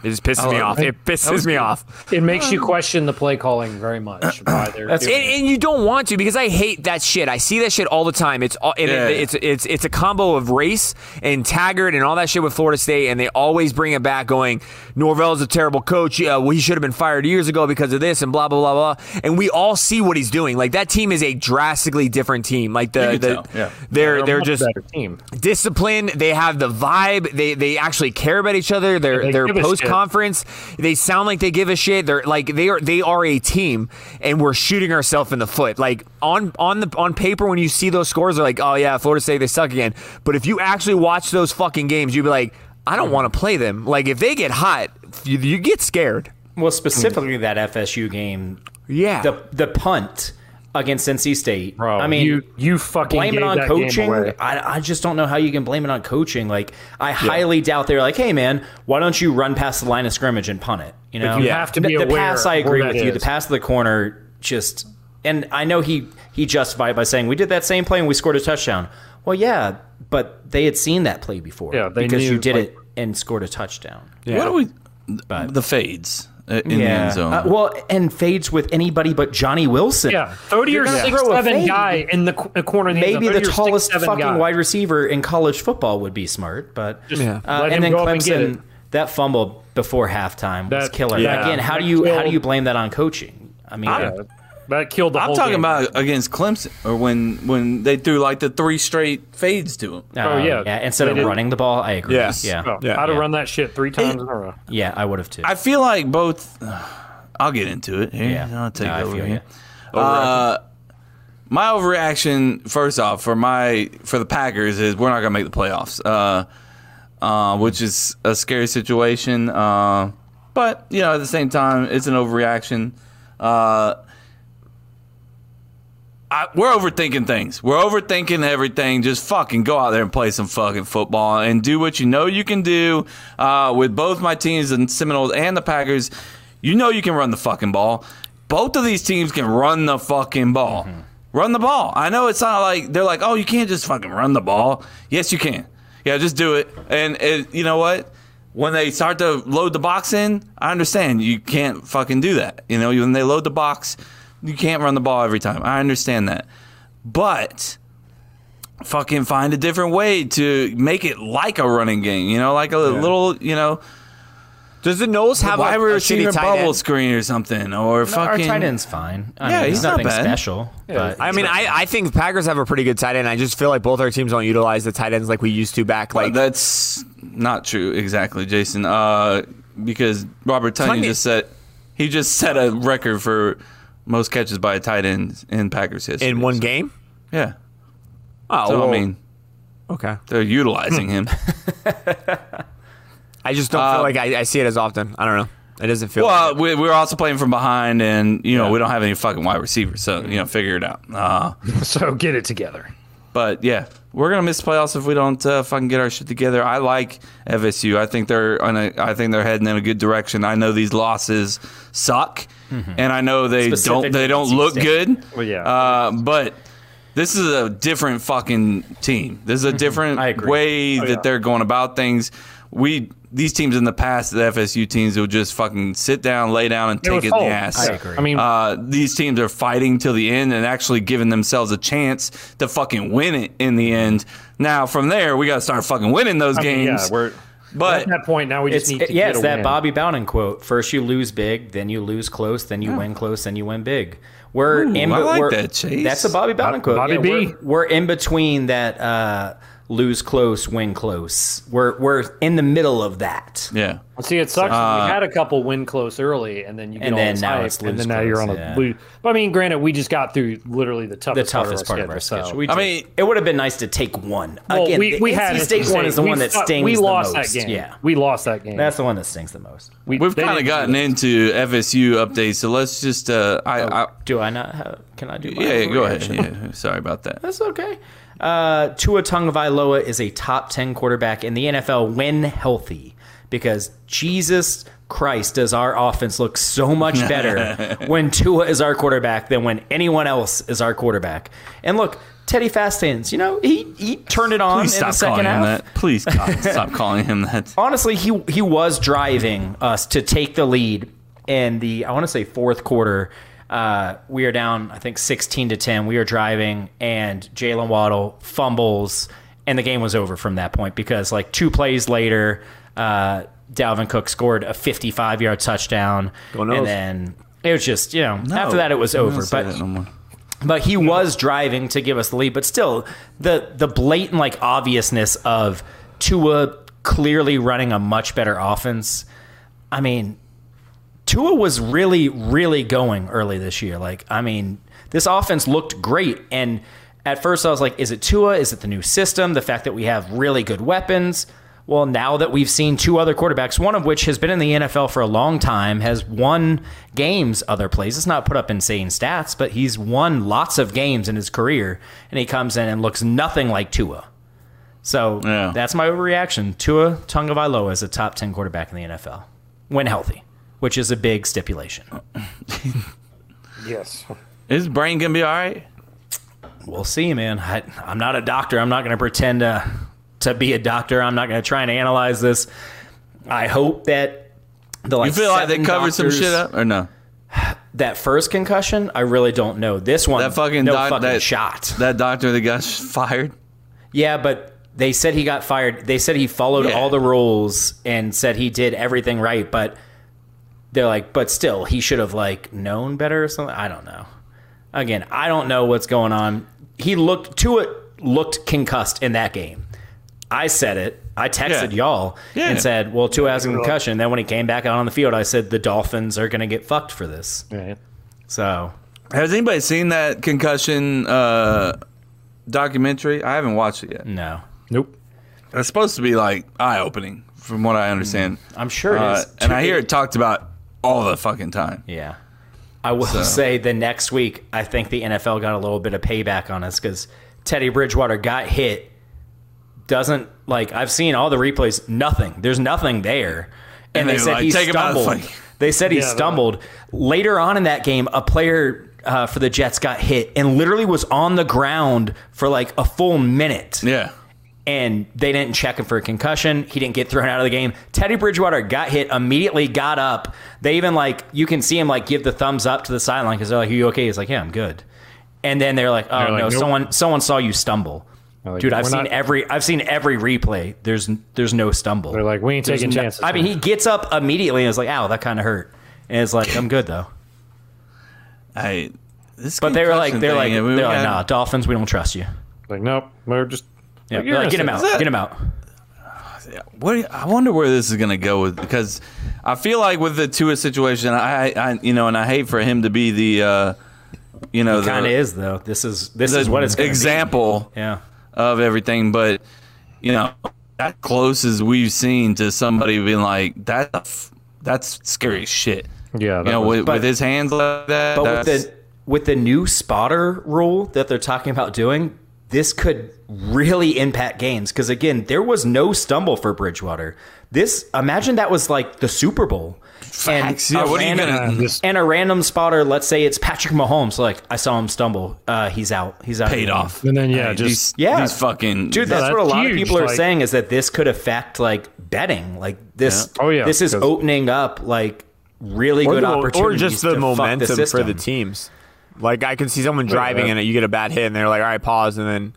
Speaker 5: It just pisses me off. It pisses me off.
Speaker 6: it makes you question the play calling very much. Why they're doing
Speaker 5: And, and you don't want to because I hate that shit. I see that shit all the time. It's all, and it-
Speaker 4: Yeah.
Speaker 5: it's it's it's a combo of race and Taggart and all that shit with Florida State, and they always bring it back, going Norvell's a terrible coach. Uh, well, he should have been fired years ago because of this and blah blah blah blah. And we all see what he's doing. Like that team is a drastically different team. Like the,
Speaker 4: You can
Speaker 5: the
Speaker 4: tell, yeah.
Speaker 5: they're
Speaker 6: They're a
Speaker 5: they're
Speaker 6: much
Speaker 5: just
Speaker 6: better team.
Speaker 5: discipline. They have the vibe. They they actually care about each other. They're
Speaker 6: They
Speaker 5: they're
Speaker 6: give a shit.
Speaker 5: post conference. They sound like they give a shit. They're like they are they are a team, and we're shooting ourselves in the foot. Like on on the on paper, when you see those scores, they're like, oh yeah, Florida State they suck again. But if you actually watch those fucking games, you'd be like, I don't want to play them. Like if they get hot, you, you get scared.
Speaker 1: Well, specifically that FSU game,
Speaker 5: Yeah.
Speaker 1: the the punt against NC State.
Speaker 6: Bro,
Speaker 1: I mean,
Speaker 6: you you fucking
Speaker 1: blame it
Speaker 6: gave
Speaker 1: on
Speaker 6: that game
Speaker 1: coaching.
Speaker 6: away.
Speaker 1: I, I just don't know how you can blame it on coaching. Like, I highly doubt they were like, "Hey, man, why don't you run past the line of scrimmage and punt it?" You know,
Speaker 6: you Yeah. have to
Speaker 1: The-
Speaker 6: be
Speaker 1: the,
Speaker 6: aware
Speaker 1: pass. I
Speaker 6: of where
Speaker 1: agree
Speaker 6: that
Speaker 1: with you. The
Speaker 6: is.
Speaker 1: pass to the corner just, and I know he he justified by saying we did that same play and we scored a touchdown. Well, yeah, but they had seen that play before.
Speaker 6: Yeah, they
Speaker 1: because
Speaker 6: knew,
Speaker 1: you did
Speaker 6: like-
Speaker 1: it and scored a touchdown.
Speaker 4: What do we? the fades uh, in the end zone.
Speaker 1: Uh, well, and fades with anybody but Johnny Wilson.
Speaker 6: Yeah, throw to
Speaker 1: You're
Speaker 6: your
Speaker 1: gonna
Speaker 6: six
Speaker 1: throw a
Speaker 6: seven
Speaker 1: fade.
Speaker 6: guy in the co- corner. Of the end
Speaker 1: Maybe
Speaker 6: zone. Throw
Speaker 1: the
Speaker 6: to your
Speaker 1: tallest
Speaker 6: 6'7"
Speaker 1: fucking
Speaker 6: guy.
Speaker 1: wide receiver in college football would be smart, but
Speaker 6: Yeah.
Speaker 1: uh,
Speaker 6: let him
Speaker 1: and then
Speaker 6: go up and get it.
Speaker 1: Clemson that fumble before halftime was
Speaker 6: That-
Speaker 1: killer.
Speaker 6: yeah.
Speaker 1: Again, how do you how do you blame that on coaching? I mean, uh,
Speaker 6: Yeah, that killed the
Speaker 4: I'm
Speaker 6: whole
Speaker 4: talking
Speaker 6: game.
Speaker 4: about against Clemson or when when they threw like the three straight fades to him.
Speaker 1: um,
Speaker 6: oh, yeah.
Speaker 1: Instead
Speaker 6: They
Speaker 1: of
Speaker 6: did-
Speaker 1: running the ball, I agree.
Speaker 5: Yes.
Speaker 1: Yeah,
Speaker 6: Oh,
Speaker 5: Yeah.
Speaker 6: I'd have
Speaker 1: Yeah.
Speaker 6: run that shit three times in a row.
Speaker 1: yeah, I would have too.
Speaker 4: I feel like both. I'll get into it. Here,
Speaker 1: yeah,
Speaker 4: I'll take
Speaker 1: No,
Speaker 4: it
Speaker 1: I
Speaker 4: over
Speaker 1: feel
Speaker 4: here.
Speaker 1: you.
Speaker 4: My overreaction, first off, for my for the Packers is we're not gonna make the playoffs, uh, uh, which is a scary situation. Uh, but you know, at the same time, it's an overreaction. Uh, I, we're overthinking things. We're overthinking everything. Just fucking go out there and play some fucking football and do what you know you can do. Uh, with both my teams, the Seminoles and the Packers, you know you can run the fucking ball. Both of these teams can run the fucking ball. Run the ball. I know it's not like they're like, oh, you can't just fucking run the ball. Yes, you can. Yeah, just do it. And it, you know what? when they start to load the box in, I understand you can't fucking do that. You know, when they load the box, you can't run the ball every time. I understand that. But fucking find a different way to make it like a running game, you know, like a little, you know,
Speaker 5: Does the Knowles have
Speaker 4: wide
Speaker 5: a, a
Speaker 4: receiver
Speaker 5: shitty tight
Speaker 4: bubble
Speaker 5: end?
Speaker 4: screen or something or
Speaker 1: Our
Speaker 4: fucking
Speaker 1: tight end's fine. I
Speaker 4: Yeah,
Speaker 1: mean,
Speaker 4: he's not
Speaker 1: nothing
Speaker 4: bad.
Speaker 1: special. But
Speaker 5: I mean, I, I think Packers have a pretty good tight end. I just feel like both our teams don't utilize the tight ends like we used to back. Like
Speaker 4: That's not true exactly, Jason. Uh, because Robert Tunney
Speaker 5: Tonyan-
Speaker 4: just set he just set a record for most catches by a tight end in Packers history.
Speaker 5: in one
Speaker 4: So-
Speaker 5: game.
Speaker 4: Yeah.
Speaker 5: Oh,
Speaker 4: So
Speaker 5: well,
Speaker 4: I mean,
Speaker 5: okay.
Speaker 4: they're utilizing him.
Speaker 5: I just don't feel like I, I see it as often. I don't know. It doesn't feel.
Speaker 4: well,
Speaker 5: like
Speaker 4: we, we're also playing from behind, and you know we don't have any fucking wide receivers, so you know figure it out. Uh,
Speaker 6: So get it together.
Speaker 4: but yeah, we're gonna miss playoffs if we don't uh, fucking get our shit together. I like FSU. I think they're on a, I think they're heading in a good direction. I know these losses
Speaker 1: Mm-hmm.
Speaker 4: suck, and I know they don't
Speaker 1: Specifically
Speaker 4: they don't
Speaker 1: NC
Speaker 4: look
Speaker 1: State.
Speaker 4: good.
Speaker 6: Well, yeah.
Speaker 4: uh, but This is a different fucking team. This is a different
Speaker 1: Mm-hmm. I agree. Oh,
Speaker 4: way that they're going about things. We these teams in the past, the FSU teams, will just fucking sit down, lay down, and
Speaker 6: They were
Speaker 4: take it in the
Speaker 6: sold.
Speaker 4: ass.
Speaker 1: I agree.
Speaker 6: I mean,
Speaker 4: uh, these teams are fighting till the end and actually giving themselves a chance to fucking win it in the end. Now from there, we got to start fucking winning those
Speaker 6: I mean,
Speaker 4: games.
Speaker 6: yeah, we're we're
Speaker 4: but
Speaker 6: at that point now. We just
Speaker 1: It's,
Speaker 6: need to
Speaker 1: yeah,
Speaker 6: get
Speaker 1: it's
Speaker 6: a
Speaker 1: that
Speaker 6: win.
Speaker 1: Bobby Bowden quote. First you lose big, then you lose close, then you win close, then you win big. We're in
Speaker 4: I
Speaker 1: be-
Speaker 4: like
Speaker 1: we're-
Speaker 4: that, Chase.
Speaker 1: That's a Bobby Bowden quote.
Speaker 6: Bobby B.
Speaker 1: We're, we're in between that uh, lose close, win close. We're we're in the middle of that.
Speaker 4: yeah,
Speaker 6: See, it sucks. we had a couple win close early, and then you get
Speaker 1: And
Speaker 6: all
Speaker 1: then
Speaker 6: this
Speaker 1: now
Speaker 6: hype,
Speaker 1: it's
Speaker 6: and
Speaker 1: lose
Speaker 6: then now you're on
Speaker 1: close,
Speaker 6: a
Speaker 1: yeah.
Speaker 6: lose. But I mean, granted, we just got through literally the
Speaker 1: The
Speaker 6: toughest,
Speaker 1: toughest part of our
Speaker 6: schedule,
Speaker 1: schedule.
Speaker 6: so-
Speaker 1: We
Speaker 4: I
Speaker 1: just-
Speaker 4: mean-
Speaker 1: it would have been nice to take one.
Speaker 6: Well,
Speaker 1: Again,
Speaker 6: we,
Speaker 1: the
Speaker 6: we had
Speaker 1: NC
Speaker 6: it
Speaker 1: State
Speaker 6: to
Speaker 1: one
Speaker 6: say,
Speaker 1: is the one
Speaker 6: we
Speaker 1: that
Speaker 6: fu-
Speaker 1: stings
Speaker 6: We
Speaker 1: the
Speaker 6: lost
Speaker 1: most.
Speaker 6: that game.
Speaker 1: Yeah,
Speaker 6: we lost that game.
Speaker 1: that's the one that stings the most.
Speaker 6: we,
Speaker 4: we've
Speaker 6: they
Speaker 4: kind of
Speaker 6: didn't-
Speaker 4: gotten into FSU updates. So let's just uh, I, I
Speaker 1: Do I not? Have, can I do? My
Speaker 4: yeah, go ahead.
Speaker 1: Oh, reaction?
Speaker 4: Yeah, sorry about that.
Speaker 1: That's okay. Uh, Tua Tagovailoa is a top 10 quarterback in the NFL when healthy because Jesus Christ does our offense look so much better when Tua is our quarterback than when anyone else is our quarterback. And look, Teddy Fastans, you know, he, he turned it on
Speaker 4: Please
Speaker 1: in
Speaker 4: stop
Speaker 1: the second
Speaker 4: calling
Speaker 1: half.
Speaker 4: him that. Please God, stop calling him that.
Speaker 1: Honestly, he he was driving us to take the lead in the I want to say fourth quarter. Uh, we are down, I think, sixteen to ten. We are driving, and Jalen Waddle fumbles, and the game was over from that point because like two plays later, uh, Dalvin Cook scored a fifty-five yard touchdown, and
Speaker 5: Knowles.
Speaker 1: then it was just you know after that it was over.
Speaker 4: Don't say
Speaker 1: But
Speaker 4: that no more.
Speaker 1: but he was driving to give us the lead. But still, the the blatant like obviousness of Tua clearly running a much better offense. I mean, Tua was really really going early this year. Like, I mean, this offense looked great and. At first, I was like, is it Tua? Is it the new system? The fact that we have really good weapons? Well, now that we've seen two other quarterbacks, one of which has been in the NFL for a long time, has won games other places, It's not put up insane stats, but he's won lots of games in his career, and he comes in and looks nothing like Tua. So
Speaker 4: Yeah.
Speaker 1: that's my overreaction. Tua Tungavailoa is a top 10 quarterback in the NFL when healthy, which is a big stipulation.
Speaker 6: Yes.
Speaker 4: Is brain gonna be all right?
Speaker 1: We'll see, man. I, I'm not a doctor. I'm not going to pretend to, to be a doctor. I'm not going to try and analyze this. I hope that the like
Speaker 4: You feel like they
Speaker 1: seven
Speaker 4: covered some
Speaker 1: doctors-
Speaker 4: shit up or no?
Speaker 1: That first concussion, I really don't know. This one,
Speaker 4: That fucking
Speaker 1: no
Speaker 4: doc-
Speaker 1: fucking
Speaker 4: that-
Speaker 1: shot.
Speaker 4: That doctor that got sh- fired.
Speaker 1: yeah, but they said he got fired. They said he followed
Speaker 4: Yeah.
Speaker 1: all the rules and said he did everything right. But they're like, but still, he should have like known better or something. I don't know. Again, I don't know what's going on. He looked Tua looked concussed in that game. I said it. I texted
Speaker 4: Yeah.
Speaker 1: y'all
Speaker 4: Yeah.
Speaker 1: and said, "Well, Tua has a concussion." Then when he came back out on the field, I said the Dolphins are going to get fucked for this.
Speaker 6: Right.
Speaker 1: So
Speaker 4: Has anybody seen that concussion uh, documentary? I haven't watched it yet.
Speaker 1: no,
Speaker 6: Nope.
Speaker 4: It's supposed to be like eye opening, from what I understand.
Speaker 1: Mm. I'm sure it
Speaker 4: Uh,
Speaker 1: is.
Speaker 4: and I hear it talked about all the fucking time.
Speaker 1: Yeah. I will say the next week, I think the NFL got a little bit of payback on us because Teddy Bridgewater got hit. Doesn't like I've seen all the replays. Nothing. There's nothing there.
Speaker 4: And
Speaker 1: And,
Speaker 4: they
Speaker 1: they,
Speaker 4: were
Speaker 1: said
Speaker 4: like,
Speaker 1: he
Speaker 4: "Take him out of the
Speaker 1: stumbled.
Speaker 4: play."
Speaker 1: They said he
Speaker 6: Yeah, they're
Speaker 1: stumbled. Later on in that game, a player uh, for the Jets got hit and literally was on the ground for like a full minute
Speaker 4: Yeah.
Speaker 1: and they didn't check him for a concussion. He didn't get thrown out of the game. Teddy Bridgewater got hit immediately, got up. They even like you can see him like give the thumbs up to the sideline because they're like, "You okay?" He's like, "Yeah, I'm good." And then they're like, "Oh
Speaker 6: They're like,
Speaker 1: no,
Speaker 6: "Nope."
Speaker 1: someone someone saw you stumble."
Speaker 6: like,
Speaker 1: Dude, I've
Speaker 6: "We're
Speaker 1: seen
Speaker 6: not-
Speaker 1: every I've seen every replay. There's there's no stumble.
Speaker 6: They're like, we ain't taking chances.
Speaker 1: I mean, he gets up immediately and is like, "Ow, that kind of hurt." And it's like, "I'm good though."
Speaker 4: I. This
Speaker 1: But they were like,
Speaker 4: concussion
Speaker 1: they're like,
Speaker 4: thing, I mean, we
Speaker 1: they're like,
Speaker 4: got-
Speaker 1: "Nah, Dolphins, we don't trust you."
Speaker 6: like, nope. We're just
Speaker 1: Yeah,
Speaker 6: Like,
Speaker 1: they're like, get him out,
Speaker 6: innocent.
Speaker 1: get him out.
Speaker 4: What do you- I wonder where this is going to go with because I feel like with the Tua situation, I, I you know, and I hate for him to be the, uh, you know,
Speaker 1: Kind
Speaker 4: the,
Speaker 1: of is though. This is this
Speaker 4: the
Speaker 1: is what it's gonna be.
Speaker 4: example
Speaker 1: Yeah.
Speaker 4: of everything, but you know, that close as we've seen to somebody being like that. That's scary as shit.
Speaker 6: Yeah,
Speaker 4: you know,
Speaker 6: that was-
Speaker 4: with,
Speaker 1: but-
Speaker 4: with his hands like that.
Speaker 1: But with
Speaker 4: that's-
Speaker 1: the with the new spotter rule that they're talking about doing, this could really impact games because again, there was no stumble for Bridgewater. This imagine that was like the Super Bowl.
Speaker 4: Facts. Yeah, what are you
Speaker 1: random-
Speaker 4: gonna-
Speaker 6: Just-
Speaker 1: and a random spotter, let's say it's Patrick Mahomes, like I saw him stumble. Uh, he's out. He's out. of
Speaker 4: Paid
Speaker 1: the game.
Speaker 4: off.
Speaker 6: And then, yeah, just-
Speaker 4: these,
Speaker 1: Yeah.
Speaker 4: these fucking
Speaker 1: Dude, that's,
Speaker 6: that's
Speaker 1: what a lot of
Speaker 6: huge,
Speaker 1: people are
Speaker 6: like-
Speaker 1: saying is that this could affect like betting. Like this
Speaker 6: Yeah. Oh, yeah,
Speaker 1: this is
Speaker 6: 'cause-
Speaker 1: opening up like really
Speaker 5: or,
Speaker 1: good
Speaker 5: the- or
Speaker 1: opportunities
Speaker 5: just the
Speaker 1: to
Speaker 5: momentum
Speaker 1: fuck the
Speaker 5: for the
Speaker 1: system.
Speaker 5: teams. Like I can see someone driving and you get a bad hit and they're like, all right, pause, and then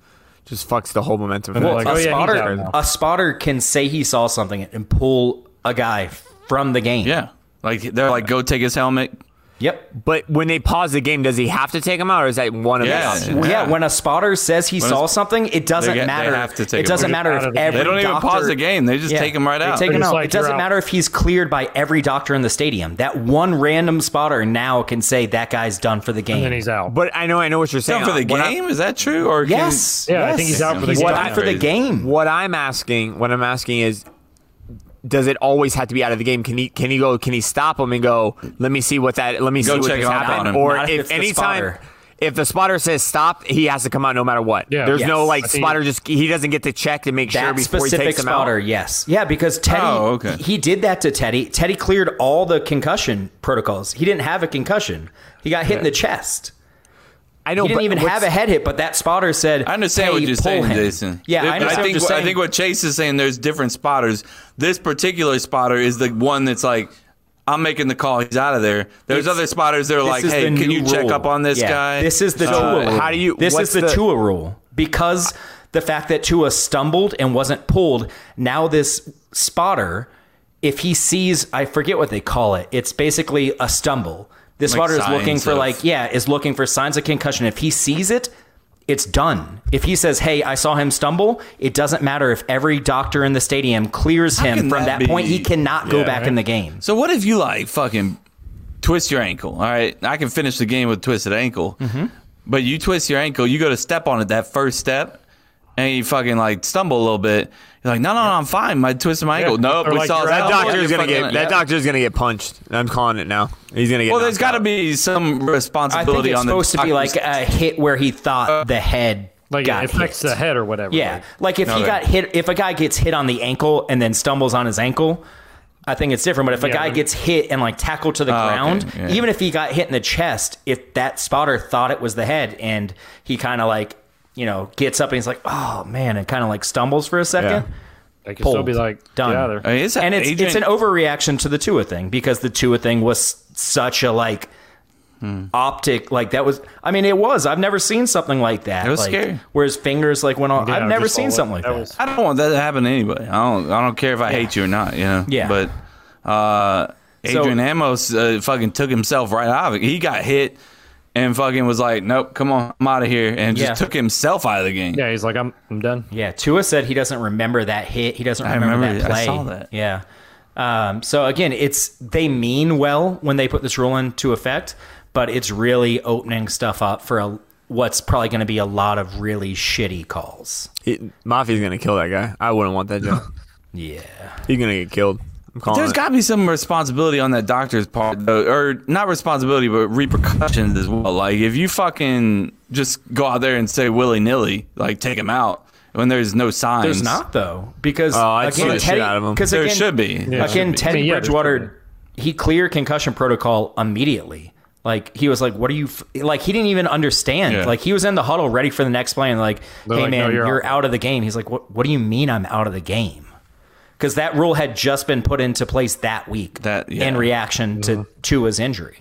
Speaker 5: just fucks the whole momentum.
Speaker 6: And
Speaker 5: for
Speaker 6: they're
Speaker 5: the
Speaker 6: like,
Speaker 5: team.
Speaker 6: oh,
Speaker 1: a
Speaker 6: yeah, he's out
Speaker 1: spotter
Speaker 6: now.
Speaker 1: a spotter can say he saw something and pull a guy from the game.
Speaker 4: Yeah. Like they're like, go take his helmet.
Speaker 1: Yep.
Speaker 5: But when they pause the game, does he have to take him out, or is that one of
Speaker 4: Yeah.
Speaker 5: the?
Speaker 1: Yeah. when a spotter says he saw
Speaker 4: it's-
Speaker 1: something, it doesn't
Speaker 4: They get- they
Speaker 1: matter.
Speaker 4: have to take
Speaker 1: it
Speaker 4: him
Speaker 1: doesn't
Speaker 4: out.
Speaker 1: matter
Speaker 6: Out
Speaker 1: if
Speaker 6: of the game.
Speaker 1: every
Speaker 4: They don't even
Speaker 1: doctor-
Speaker 4: pause the game. They just
Speaker 1: Yeah.
Speaker 4: take him right
Speaker 1: They
Speaker 4: out.
Speaker 1: take him
Speaker 6: It's
Speaker 1: out.
Speaker 6: like
Speaker 1: it doesn't
Speaker 6: you're out.
Speaker 1: matter if he's cleared by every doctor in the stadium. That one random spotter now can say that guy's done for the game.
Speaker 6: and then he's out.
Speaker 5: But I know, I know what you're saying.
Speaker 4: Down for the
Speaker 5: When I-
Speaker 4: game? Is that true? Or can-
Speaker 1: yes.
Speaker 6: Yeah, I
Speaker 1: yes.
Speaker 6: think he's out for the
Speaker 1: He's
Speaker 6: game.
Speaker 1: done for the
Speaker 4: Crazy.
Speaker 1: game.
Speaker 5: What I'm asking, what I'm asking is, does it always have to be out of the game? Can he can he go? Can he stop him and go? Let me see what that. Let me
Speaker 4: Go
Speaker 5: see what
Speaker 4: check
Speaker 5: just
Speaker 4: him out on
Speaker 5: happened.
Speaker 4: him.
Speaker 5: Or
Speaker 1: Not if
Speaker 5: if,
Speaker 1: it's the
Speaker 5: anytime.
Speaker 1: spotter.
Speaker 5: If the spotter says stop, he has to come out no matter what.
Speaker 6: Yeah.
Speaker 5: There's no
Speaker 1: Yes.
Speaker 5: like
Speaker 6: I think-
Speaker 5: spotter just he doesn't get to check to make sure
Speaker 1: That
Speaker 5: before he
Speaker 1: specific
Speaker 5: takes him out.
Speaker 1: spotter, yes, yeah, because Teddy,
Speaker 4: Oh, okay.
Speaker 1: he did that to Teddy. Teddy cleared all the concussion protocols. He didn't have a concussion. He got hit in the chest.
Speaker 5: I know
Speaker 1: He didn't
Speaker 5: but
Speaker 1: even
Speaker 5: what's-
Speaker 1: have a head hit, but that spotter said,
Speaker 4: I understand
Speaker 1: "Hey,
Speaker 4: what you're
Speaker 1: pull
Speaker 4: saying,
Speaker 1: him."
Speaker 4: Jason.
Speaker 1: Yeah,
Speaker 4: There-
Speaker 1: I understand
Speaker 4: think
Speaker 1: what you're saying.
Speaker 4: I think what Chase is saying. There's different spotters. This particular spotter is the one that's like, I'm making the call. He's out of there. There's
Speaker 1: It's-
Speaker 4: other spotters that are
Speaker 1: This
Speaker 4: like,
Speaker 1: is
Speaker 4: Hey,
Speaker 1: the
Speaker 4: can
Speaker 1: new
Speaker 4: you check
Speaker 1: rule.
Speaker 4: up on this
Speaker 1: Yeah.
Speaker 4: guy? uh,
Speaker 1: This is the Tua rule.
Speaker 5: how do you-
Speaker 1: This
Speaker 5: what's
Speaker 1: is the,
Speaker 5: the-
Speaker 1: Tua rule because the fact that Tua stumbled and wasn't pulled. Now this spotter, if he sees, I forget what they call it. It's basically a stumble. This
Speaker 4: Like
Speaker 1: spotter is looking
Speaker 4: signs
Speaker 1: for
Speaker 4: of-
Speaker 1: like yeah is looking for signs of concussion. If he sees it. It's done. If he says, "Hey, I saw him stumble," it doesn't matter if every doctor in the stadium clears him
Speaker 4: can
Speaker 1: from that,
Speaker 4: that
Speaker 1: point.
Speaker 4: be-
Speaker 1: He cannot go
Speaker 4: Yeah,
Speaker 1: back
Speaker 4: right.
Speaker 1: in the game.
Speaker 4: So what if you like fucking twist your ankle? All right, I can finish the game with a twisted ankle.
Speaker 1: Mm-hmm.
Speaker 4: But you twist your ankle, you go to step on it that first step, and you fucking like stumble a little bit. You're like, no, no, no, I'm fine. I twisted my ankle.
Speaker 6: Yeah.
Speaker 4: No,
Speaker 6: Or
Speaker 4: we
Speaker 6: like
Speaker 4: saw
Speaker 6: you're
Speaker 4: that
Speaker 5: That
Speaker 6: out.
Speaker 5: doctor
Speaker 4: You're
Speaker 5: is gonna
Speaker 4: fucking-
Speaker 5: get that doctor is gonna get punched. I'm calling it now. He's gonna get.
Speaker 4: Well, there's
Speaker 5: knocked out.
Speaker 4: got to be some
Speaker 1: I think
Speaker 4: responsibility
Speaker 1: it's
Speaker 4: on the Uh,
Speaker 1: supposed to be
Speaker 4: doctors.
Speaker 1: like uh, a hit where he thought the head
Speaker 6: like,
Speaker 1: got
Speaker 6: it affects
Speaker 1: hit.
Speaker 6: the head or whatever.
Speaker 1: Yeah, like
Speaker 6: Like,
Speaker 1: if he
Speaker 4: Okay.
Speaker 1: got hit, if a guy gets hit on the ankle and then stumbles on his ankle, I think it's different. But if a
Speaker 6: Yeah,
Speaker 1: guy
Speaker 6: but-
Speaker 1: gets hit and like tackled to the
Speaker 4: Oh, okay,
Speaker 1: ground,
Speaker 4: yeah.
Speaker 1: even if he got hit in the chest, if that spotter thought it was the head and he kind of like you know gets up and he's like, oh man, and kind of like stumbles for a second.
Speaker 6: they could
Speaker 1: Pulled.
Speaker 6: still be like,
Speaker 1: Done.
Speaker 6: Get out of
Speaker 4: I
Speaker 6: there.
Speaker 4: mean, it's
Speaker 1: And it's
Speaker 4: Adrian-
Speaker 1: it's an overreaction to the Tua thing because the Tua thing was such a like
Speaker 4: Hmm.
Speaker 1: optic like that was I mean it was I've never seen something like that. It
Speaker 4: was
Speaker 1: like,
Speaker 4: scary.
Speaker 1: Where his fingers like went on.
Speaker 6: Yeah,
Speaker 1: I've never
Speaker 6: just
Speaker 1: seen
Speaker 6: all
Speaker 1: something like that.
Speaker 6: was-
Speaker 4: I don't want that to happen to anybody. I don't. I don't care if I hate you or not. You know.
Speaker 1: Yeah.
Speaker 4: But uh,
Speaker 1: So-
Speaker 4: Adrian Amos uh, fucking took himself right out of it. He got hit and fucking was like, "Nope, come on, I'm out of here," and just
Speaker 1: Yeah.
Speaker 4: took himself out of the game.
Speaker 6: yeah, he's like, I'm, I'm done.
Speaker 1: Yeah, Tua said he doesn't remember that hit. He doesn't remember,
Speaker 4: remember-
Speaker 1: that
Speaker 4: I
Speaker 1: play.
Speaker 4: saw that.
Speaker 1: Yeah. Um, so again, it's they mean well when they put this rule into effect, but it's really opening stuff up for a, what's probably going to be a lot of really shitty calls.
Speaker 5: He- Mafia's gonna kill that guy. I wouldn't want that job.
Speaker 1: Yeah.
Speaker 5: He's gonna get killed. I'm calling
Speaker 4: There's
Speaker 5: it.
Speaker 4: got to be some responsibility on that doctor's part, though, or not responsibility, but repercussions as well. Like if you fucking just go out there and say willy nilly, like take him out when there's no signs.
Speaker 1: There's not though because
Speaker 5: Oh, I'd sue
Speaker 1: again,
Speaker 5: the shit
Speaker 1: Teddy,
Speaker 5: out of him.
Speaker 1: 'cause
Speaker 4: There
Speaker 1: again-
Speaker 4: should be. There
Speaker 1: Again, Teddy
Speaker 6: I mean, yeah, there should
Speaker 1: Bridgewater, he cleared concussion protocol immediately. Like he was like, "What are you?" F-? Like he didn't even understand.
Speaker 4: Yeah.
Speaker 1: Like he was in the huddle, ready for the next play, and like,
Speaker 6: They're
Speaker 1: "Hey
Speaker 6: like,
Speaker 1: man,
Speaker 6: "No,
Speaker 1: you're,
Speaker 6: you're
Speaker 1: out of the game." He's like, "What? What do you mean I'm out of the game?" Because that rule had just been put into place that week
Speaker 4: That- yeah.
Speaker 1: in reaction to
Speaker 6: Mm-hmm.
Speaker 1: Tua's injury.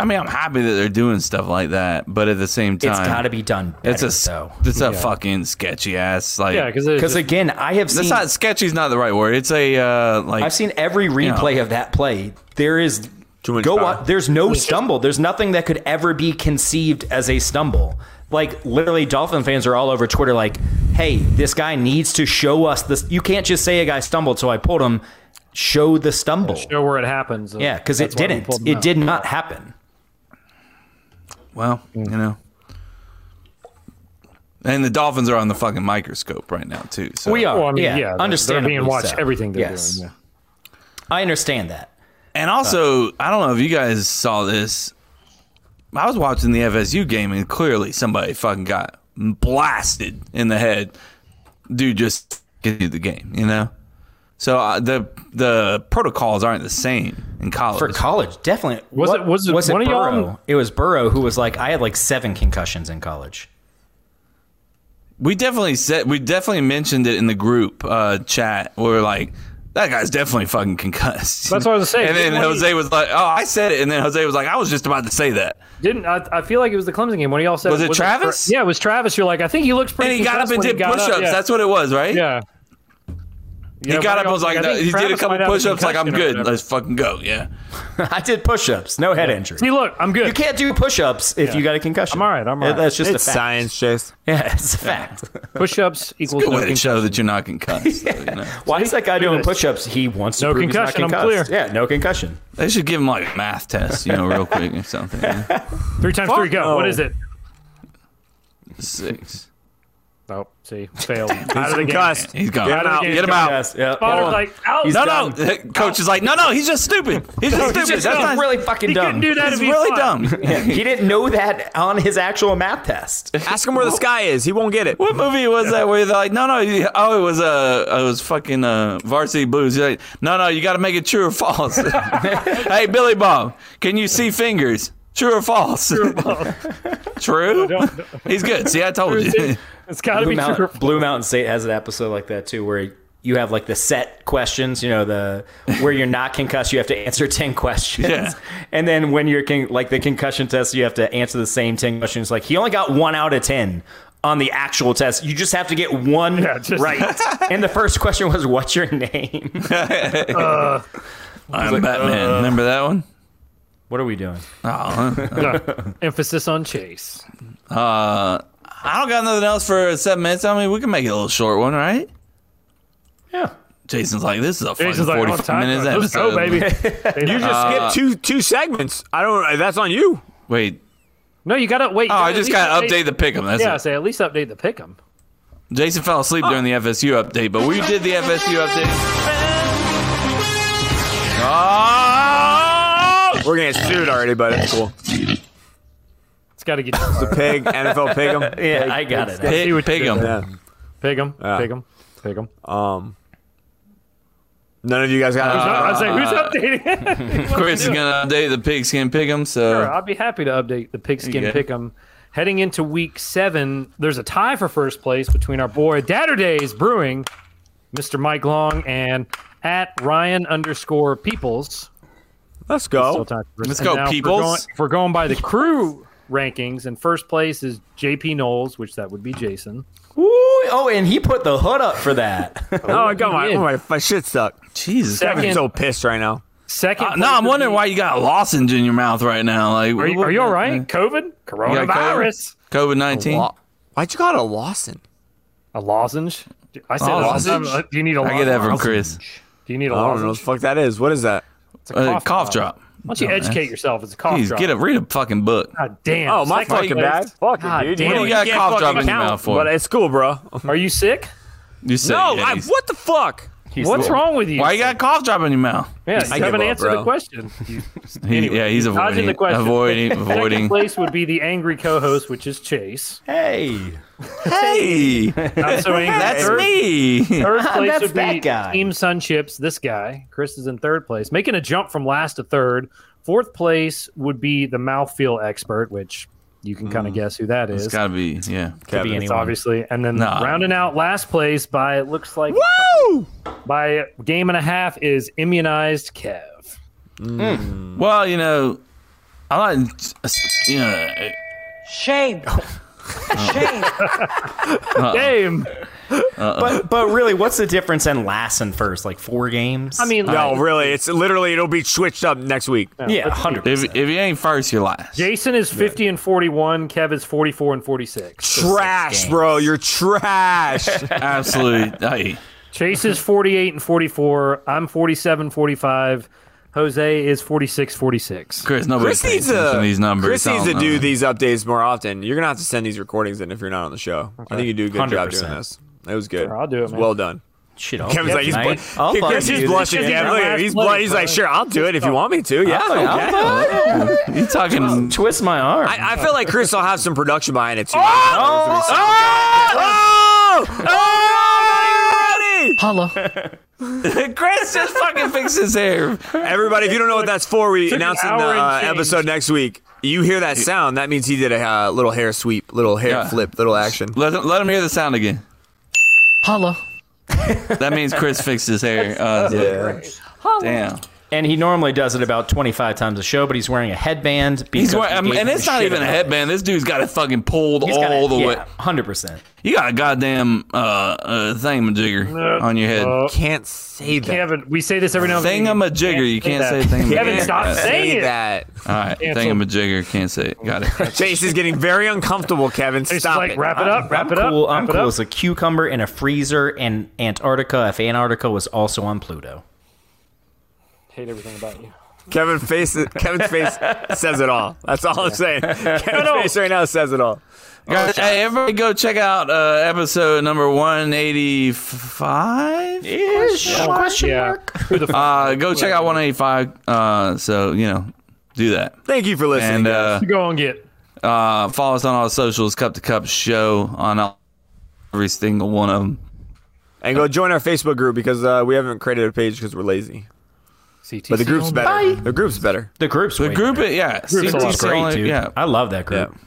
Speaker 4: I mean, I'm happy that they're doing stuff like that, but at the same time,
Speaker 1: It's got to be done. Better,
Speaker 4: It's a
Speaker 1: so.
Speaker 4: it's a fucking sketchy ass like.
Speaker 6: Yeah, because
Speaker 1: Because again, I have
Speaker 4: that's
Speaker 1: seen
Speaker 4: not sketchy. Is not the right word. It's a uh, like.
Speaker 1: I've seen every replay of that play. There is
Speaker 5: Too much
Speaker 1: go
Speaker 5: power.
Speaker 1: up. There's no stumble. There's nothing that could ever be conceived as a stumble. Like literally, Dolphin fans are all over Twitter. Like, hey, this guy needs to show us this. You can't just say a guy stumbled, so I pulled him. Show the stumble.
Speaker 6: know where it happens.
Speaker 1: Yeah, because it
Speaker 6: That's why we
Speaker 1: didn't.
Speaker 6: pulled him
Speaker 1: It
Speaker 6: out.
Speaker 1: did not happen.
Speaker 4: well,
Speaker 1: Mm.
Speaker 4: you know. And the dolphins are on the fucking microscope right now too. So
Speaker 1: We are.
Speaker 6: Well, Oh, I mean,
Speaker 1: yeah,
Speaker 6: yeah,
Speaker 1: yeah
Speaker 6: they're-
Speaker 1: understandably.
Speaker 6: they're being watched
Speaker 1: so.
Speaker 6: everything they're
Speaker 1: yes.
Speaker 6: doing.
Speaker 1: I understand that.
Speaker 4: And also, I don't know if you guys saw this. I was watching the FSU game, and clearly somebody fucking got blasted in the head, dude just get you the game, you know? So uh, the the protocols aren't the same in college.
Speaker 1: For college, definitely.
Speaker 6: Was it- was it one of y'all-
Speaker 1: Burrow? It was Burrow who was like, I had like seven concussions in college.
Speaker 4: we definitely said we definitely mentioned it in the group uh, chat. We were like, that guy's definitely fucking concussed.
Speaker 6: That's what I was saying.
Speaker 4: And then
Speaker 6: Didn't
Speaker 4: Jose was like, "Oh, I said it." And then Jose was like, "I was just about to say that."
Speaker 6: Didn't I, I feel like it was the Clemson game when he all said
Speaker 4: Was it
Speaker 6: wasn't Tra-
Speaker 4: Travis?
Speaker 6: yeah, it was Travis. You're like, I think he looks pretty.
Speaker 4: And he got up
Speaker 6: concussed
Speaker 4: and
Speaker 6: when he
Speaker 4: did
Speaker 6: got up.
Speaker 4: push-ups.
Speaker 6: Yeah.
Speaker 4: That's what it was, right?
Speaker 6: yeah.
Speaker 4: He got up and was like,
Speaker 6: I think
Speaker 4: he did a
Speaker 6: Travis
Speaker 4: couple
Speaker 6: might have
Speaker 4: push-ups. Like, I'm
Speaker 6: concussion or
Speaker 4: good.
Speaker 6: whatever."
Speaker 4: Let's fucking go. Yeah.
Speaker 1: I did push ups, no head injury.
Speaker 6: See, look, I'm good.
Speaker 1: You can't do push ups if you got a concussion.
Speaker 6: I'm all right, I'm all right.
Speaker 1: That's just
Speaker 5: It's
Speaker 1: a fact.
Speaker 5: science, Chase.
Speaker 1: Yeah, it's a fact.
Speaker 6: Push-ups equals
Speaker 4: Good
Speaker 6: no
Speaker 4: way to
Speaker 6: concussion.
Speaker 4: show that you're not concussed. though, you know?
Speaker 1: Why is that guy doing
Speaker 6: this.
Speaker 1: push ups? He wants to
Speaker 6: No
Speaker 1: prove he's not
Speaker 6: concussion, I'm
Speaker 1: concussed. Yeah, no concussion.
Speaker 4: They should give him like a math test, you know, real quick or something. yeah.
Speaker 6: Three times three, go. What is it?
Speaker 4: Six.
Speaker 6: Oh, see, failed. Out of the game.
Speaker 5: Concussed.
Speaker 4: He's gone.
Speaker 6: Get him out.
Speaker 4: Get him out.
Speaker 1: Yes, yeah. Oh.
Speaker 6: Potter's Oh. like, "Oh, out.
Speaker 1: He's
Speaker 4: No,
Speaker 1: dumb.
Speaker 4: no. Coach is like, no, no. He's just stupid. He's just stupid.
Speaker 1: He's just
Speaker 4: That's not-
Speaker 1: really fucking
Speaker 6: he
Speaker 1: dumb.
Speaker 6: couldn't do that.
Speaker 4: He's
Speaker 6: if he
Speaker 4: really
Speaker 6: thought.
Speaker 4: dumb.
Speaker 1: he didn't know that on his actual math test.
Speaker 5: Ask him where the sky is. He won't get it.
Speaker 4: What movie was that where they're like, no, no, you, oh, it was uh, it was fucking uh, Varsity Blues. You're like, no, no, you got to make it true or false. hey, Billy Bob, can you see fingers? True or false? True.
Speaker 6: don't- don't-
Speaker 4: He's good. See, I told you.
Speaker 6: It's got to
Speaker 1: Blue
Speaker 6: be true.
Speaker 1: Mountain, Blue Mountain State has an episode like that too, where you have like the set questions, you know, the where you're not concussed, you have to answer ten questions,
Speaker 4: Yeah.
Speaker 1: and then when you're con- like the concussion test, you have to answer the same ten questions. Like he only got one out of ten on the actual test. You just have to get one
Speaker 6: Yeah, just-
Speaker 1: right. and the first question was, "What's your name?"
Speaker 4: I'm Batman. Remember that one?
Speaker 1: what are we doing?
Speaker 6: No. Emphasis on chase.
Speaker 4: I don't got nothing else for seven minutes. I mean, we can make it a little short one, right?
Speaker 1: Yeah,
Speaker 4: Jason's like, this is a fucking
Speaker 6: Jason's like,
Speaker 4: forty
Speaker 6: on time.
Speaker 4: minutes
Speaker 6: Let's
Speaker 4: episode.
Speaker 6: go, baby.
Speaker 5: You just skipped two two segments. I don't. That's on you.
Speaker 4: Wait.
Speaker 6: no, you got to wait. you
Speaker 4: Oh,
Speaker 6: gotta
Speaker 4: I
Speaker 6: at
Speaker 4: just
Speaker 6: least
Speaker 4: got to update the pick'em. That's
Speaker 6: Yeah, I
Speaker 4: it.
Speaker 6: say at least update the pick'em.
Speaker 4: Jason fell asleep during the FSU update, but we did the FSU update.
Speaker 5: Oh! We're gonna get sued already, but it's cool.
Speaker 6: It's got to get you.
Speaker 5: Pig, NFL Pigum.
Speaker 1: yeah, I got it.
Speaker 4: Pick,
Speaker 6: see what you
Speaker 4: pick
Speaker 6: did
Speaker 4: 'em.
Speaker 5: Yeah.
Speaker 6: pick'em,
Speaker 5: Yeah.
Speaker 6: pick'em, pick'em.
Speaker 5: None of you guys got.
Speaker 6: No, I say who's
Speaker 4: Uh,
Speaker 6: updating? it?
Speaker 4: Chris is gonna update the pigskin pick'em. So
Speaker 6: Sure, I'd be happy to update the pigskin
Speaker 4: You good?
Speaker 6: pick'em. Heading into week seven, there's a tie for first place between our boy Days Brewing, Mr. Mike Long, and at Ryan underscore Peoples.
Speaker 5: Let's
Speaker 6: Still
Speaker 5: go.
Speaker 6: time for-
Speaker 4: Let's
Speaker 6: and
Speaker 4: go,
Speaker 6: now if we're
Speaker 4: Peoples.
Speaker 6: going- If we're going by the crew rankings, in first place is JP Knowles, which that would be Jason.
Speaker 1: Ooh, oh, and he put the hood up for that.
Speaker 5: Oh, I got my,
Speaker 6: Yeah.
Speaker 5: oh, my, my shit sucked.
Speaker 4: Jesus.
Speaker 6: Second-
Speaker 5: I'm so pissed right now.
Speaker 6: Second,
Speaker 4: Uh, no,
Speaker 6: place
Speaker 4: I'm
Speaker 6: would
Speaker 4: wondering
Speaker 6: be-
Speaker 4: why you got a lozenge in your mouth right now. Like,
Speaker 6: Are you, are you all right? COVID,
Speaker 4: got
Speaker 6: coronavirus,
Speaker 4: COVID nineteen.
Speaker 5: Lo- Why'd you call it a Lawson?
Speaker 6: a lozenge. I said,
Speaker 4: Oh,
Speaker 6: lozenge?
Speaker 4: lozenge?
Speaker 6: do you need a
Speaker 4: I get that from
Speaker 6: lozenge?
Speaker 4: Chris.
Speaker 6: Do you need
Speaker 5: I
Speaker 6: a
Speaker 5: don't know what
Speaker 6: lozenge?
Speaker 5: the fuck that is. What is that?
Speaker 6: It's a
Speaker 4: Uh, cough,
Speaker 6: drop.
Speaker 4: drop.
Speaker 6: Why don't you educate yourself? It's a cough
Speaker 4: Jeez,
Speaker 6: drop.
Speaker 4: get a read a fucking book.
Speaker 6: God damn.
Speaker 5: Oh, my
Speaker 6: Second
Speaker 5: fucking
Speaker 6: place.
Speaker 5: bad. Fuck it,
Speaker 6: God
Speaker 5: dude.
Speaker 6: damn
Speaker 5: What
Speaker 6: it.
Speaker 4: You got
Speaker 5: can't
Speaker 4: cough
Speaker 5: fucking
Speaker 4: drop in your
Speaker 5: count,
Speaker 4: mouth for?
Speaker 5: But it's cool, bro.
Speaker 6: Are you sick?
Speaker 4: You said
Speaker 5: No,
Speaker 4: yeah,
Speaker 5: Oh, I,
Speaker 4: he's-
Speaker 5: what the fuck?
Speaker 1: He's
Speaker 6: What's
Speaker 1: the-
Speaker 6: wrong with you?
Speaker 4: Why you got a cough drop in your mouth?
Speaker 6: Yeah,
Speaker 5: I
Speaker 6: you
Speaker 5: give up,
Speaker 6: haven't answered
Speaker 5: bro.
Speaker 6: the question. You-
Speaker 4: He-
Speaker 6: Anyway,
Speaker 4: yeah, he's
Speaker 6: dodging
Speaker 4: avoiding,
Speaker 6: the question.
Speaker 4: avoiding,
Speaker 6: Second
Speaker 4: avoiding.
Speaker 6: place would be the angry co-host, which is Chase.
Speaker 1: Hey,
Speaker 4: Hey,
Speaker 6: Not so angry.
Speaker 4: that's
Speaker 6: Third-
Speaker 4: me.
Speaker 6: Third place
Speaker 1: That's
Speaker 6: would be
Speaker 1: that guy.
Speaker 6: Team Sun Chips. This guy, Chris, is in third place, making a jump from last to third. Fourth place would be the mouthfeel expert, which you can
Speaker 4: Mm.
Speaker 6: kind of guess who that
Speaker 4: It's
Speaker 6: is.
Speaker 4: gotta be, yeah.
Speaker 1: could be
Speaker 5: Kevin,
Speaker 6: It's
Speaker 1: anyone.
Speaker 6: obviously, and then
Speaker 4: Nah.
Speaker 6: rounding out last place by it looks like
Speaker 5: Woo!
Speaker 6: by a game and a half is immunized Kev.
Speaker 4: Well, you know, I like, you know,
Speaker 7: Shame. Shame.
Speaker 6: Game.
Speaker 1: But but really, what's the difference in last and first? Like four games?
Speaker 6: I mean,
Speaker 5: No,
Speaker 6: like,
Speaker 5: really, it's literally it'll be switched up next week.
Speaker 1: yeah, hundred
Speaker 4: if
Speaker 1: percent.
Speaker 4: if you ain't first, you're last.
Speaker 6: Jason is fifty and forty-one. Kev is forty-four and forty-six.
Speaker 1: six
Speaker 5: Trash,
Speaker 1: games.
Speaker 5: bro. You're trash.
Speaker 4: Absolute. Hey,
Speaker 6: Chase is 48 and 44. I'm 47 45. Jose is 46 46.
Speaker 4: Chris, nobody
Speaker 5: Chris
Speaker 4: pays
Speaker 5: needs
Speaker 4: attention
Speaker 5: to
Speaker 4: to these numbers.
Speaker 5: Chris
Speaker 4: I
Speaker 5: needs to
Speaker 4: don't know.
Speaker 5: do these updates more often. You're gonna have to send these recordings in if you're not on the show. I think you do a good job doing
Speaker 1: 100%.
Speaker 5: this. It was good.
Speaker 6: Sure, I'll do it,
Speaker 5: was
Speaker 6: man.
Speaker 5: Well done.
Speaker 1: Shit, I'll
Speaker 5: Kevin's
Speaker 1: do
Speaker 5: like,
Speaker 1: it
Speaker 5: he's,
Speaker 1: tonight.
Speaker 5: blu-
Speaker 1: I'll fucking
Speaker 5: Chris,
Speaker 1: do
Speaker 5: he's
Speaker 1: this
Speaker 5: blushing.
Speaker 1: shit.
Speaker 5: Yeah, look, he's,
Speaker 6: It's my last play,
Speaker 5: blu- he's like,
Speaker 6: bro.
Speaker 5: sure, I'll do it if you want me to. Yeah, okay.
Speaker 4: You talking?
Speaker 1: Twist my arm.
Speaker 5: I, I feel like Chris will have some production behind it too. Oh!
Speaker 6: Oh!
Speaker 5: Oh!
Speaker 6: Hello.
Speaker 4: Chris just fucking fixed his hair.
Speaker 5: Everybody, if you don't know what that's for, we announce in
Speaker 6: an
Speaker 5: the
Speaker 6: hour and
Speaker 5: uh,
Speaker 6: change.
Speaker 5: episode next week. You hear that sound? That means he did a uh, little hair sweep, little hair
Speaker 4: Yeah.
Speaker 5: flip, little action.
Speaker 4: Let him, let him hear the sound again.
Speaker 6: Hello.
Speaker 4: That means Chris fixed his hair. Uh, Damn.
Speaker 1: and he normally does it about 25 times a show, but he's wearing a headband.
Speaker 4: He's
Speaker 1: because
Speaker 4: wearing,
Speaker 1: he
Speaker 4: I mean,
Speaker 1: gave
Speaker 4: and
Speaker 1: him
Speaker 4: it's
Speaker 1: the
Speaker 4: not
Speaker 1: shit
Speaker 4: even a
Speaker 1: about it.
Speaker 4: headband. This dude's got it fucking pulled
Speaker 1: He's
Speaker 4: all
Speaker 1: got a-
Speaker 4: the way.
Speaker 1: yeah, 100%.
Speaker 4: You got a goddamn uh, uh thingamajigger on your head.
Speaker 6: Uh,
Speaker 5: Can't say that.
Speaker 6: Kevin, we say this every now and then.
Speaker 4: Thingamajigger. You can't say
Speaker 6: that. Kevin,
Speaker 4: thingamajigger.
Speaker 6: stop saying
Speaker 5: say
Speaker 6: it.
Speaker 5: that.
Speaker 4: All right, thingamajigger. Can't say it. Got it.
Speaker 5: Chase is getting very uncomfortable. Kevin,
Speaker 6: It's
Speaker 5: stop
Speaker 6: like
Speaker 5: it.
Speaker 6: wrap it up, wrap
Speaker 1: I'm
Speaker 6: it up,
Speaker 1: cool.
Speaker 6: wrap
Speaker 1: I'm
Speaker 6: it
Speaker 1: cool
Speaker 6: up.
Speaker 1: as a cucumber in a freezer in Antarctica if Antarctica was also on Pluto.
Speaker 6: Hate everything about you.
Speaker 5: Kevin face. Kevin's face says it all. That's all I'm saying. Kevin's face right now says it all.
Speaker 4: Guys, hey, everybody go check out uh, episode number 185.
Speaker 1: Question
Speaker 6: yeah. Who the fuck?
Speaker 4: Uh, go check out 185. Uh, so, you know, do that.
Speaker 5: Thank you for listening.
Speaker 4: And
Speaker 5: guys.
Speaker 4: uh,
Speaker 6: you go and get?
Speaker 4: uh, follow us on all the socials, Cup to Cup Show, on all, every single one of them.
Speaker 5: And go join our Facebook group because uh, we haven't created a page because we're lazy.
Speaker 6: CTC.
Speaker 5: But the group's better. The group's better.
Speaker 1: The group's
Speaker 4: The
Speaker 1: way
Speaker 4: group,
Speaker 1: better.
Speaker 4: it, yeah.
Speaker 6: Group's a lot
Speaker 4: CTC
Speaker 1: great,
Speaker 4: only-
Speaker 1: dude.
Speaker 4: Yeah.
Speaker 1: I love that group.
Speaker 5: Yeah.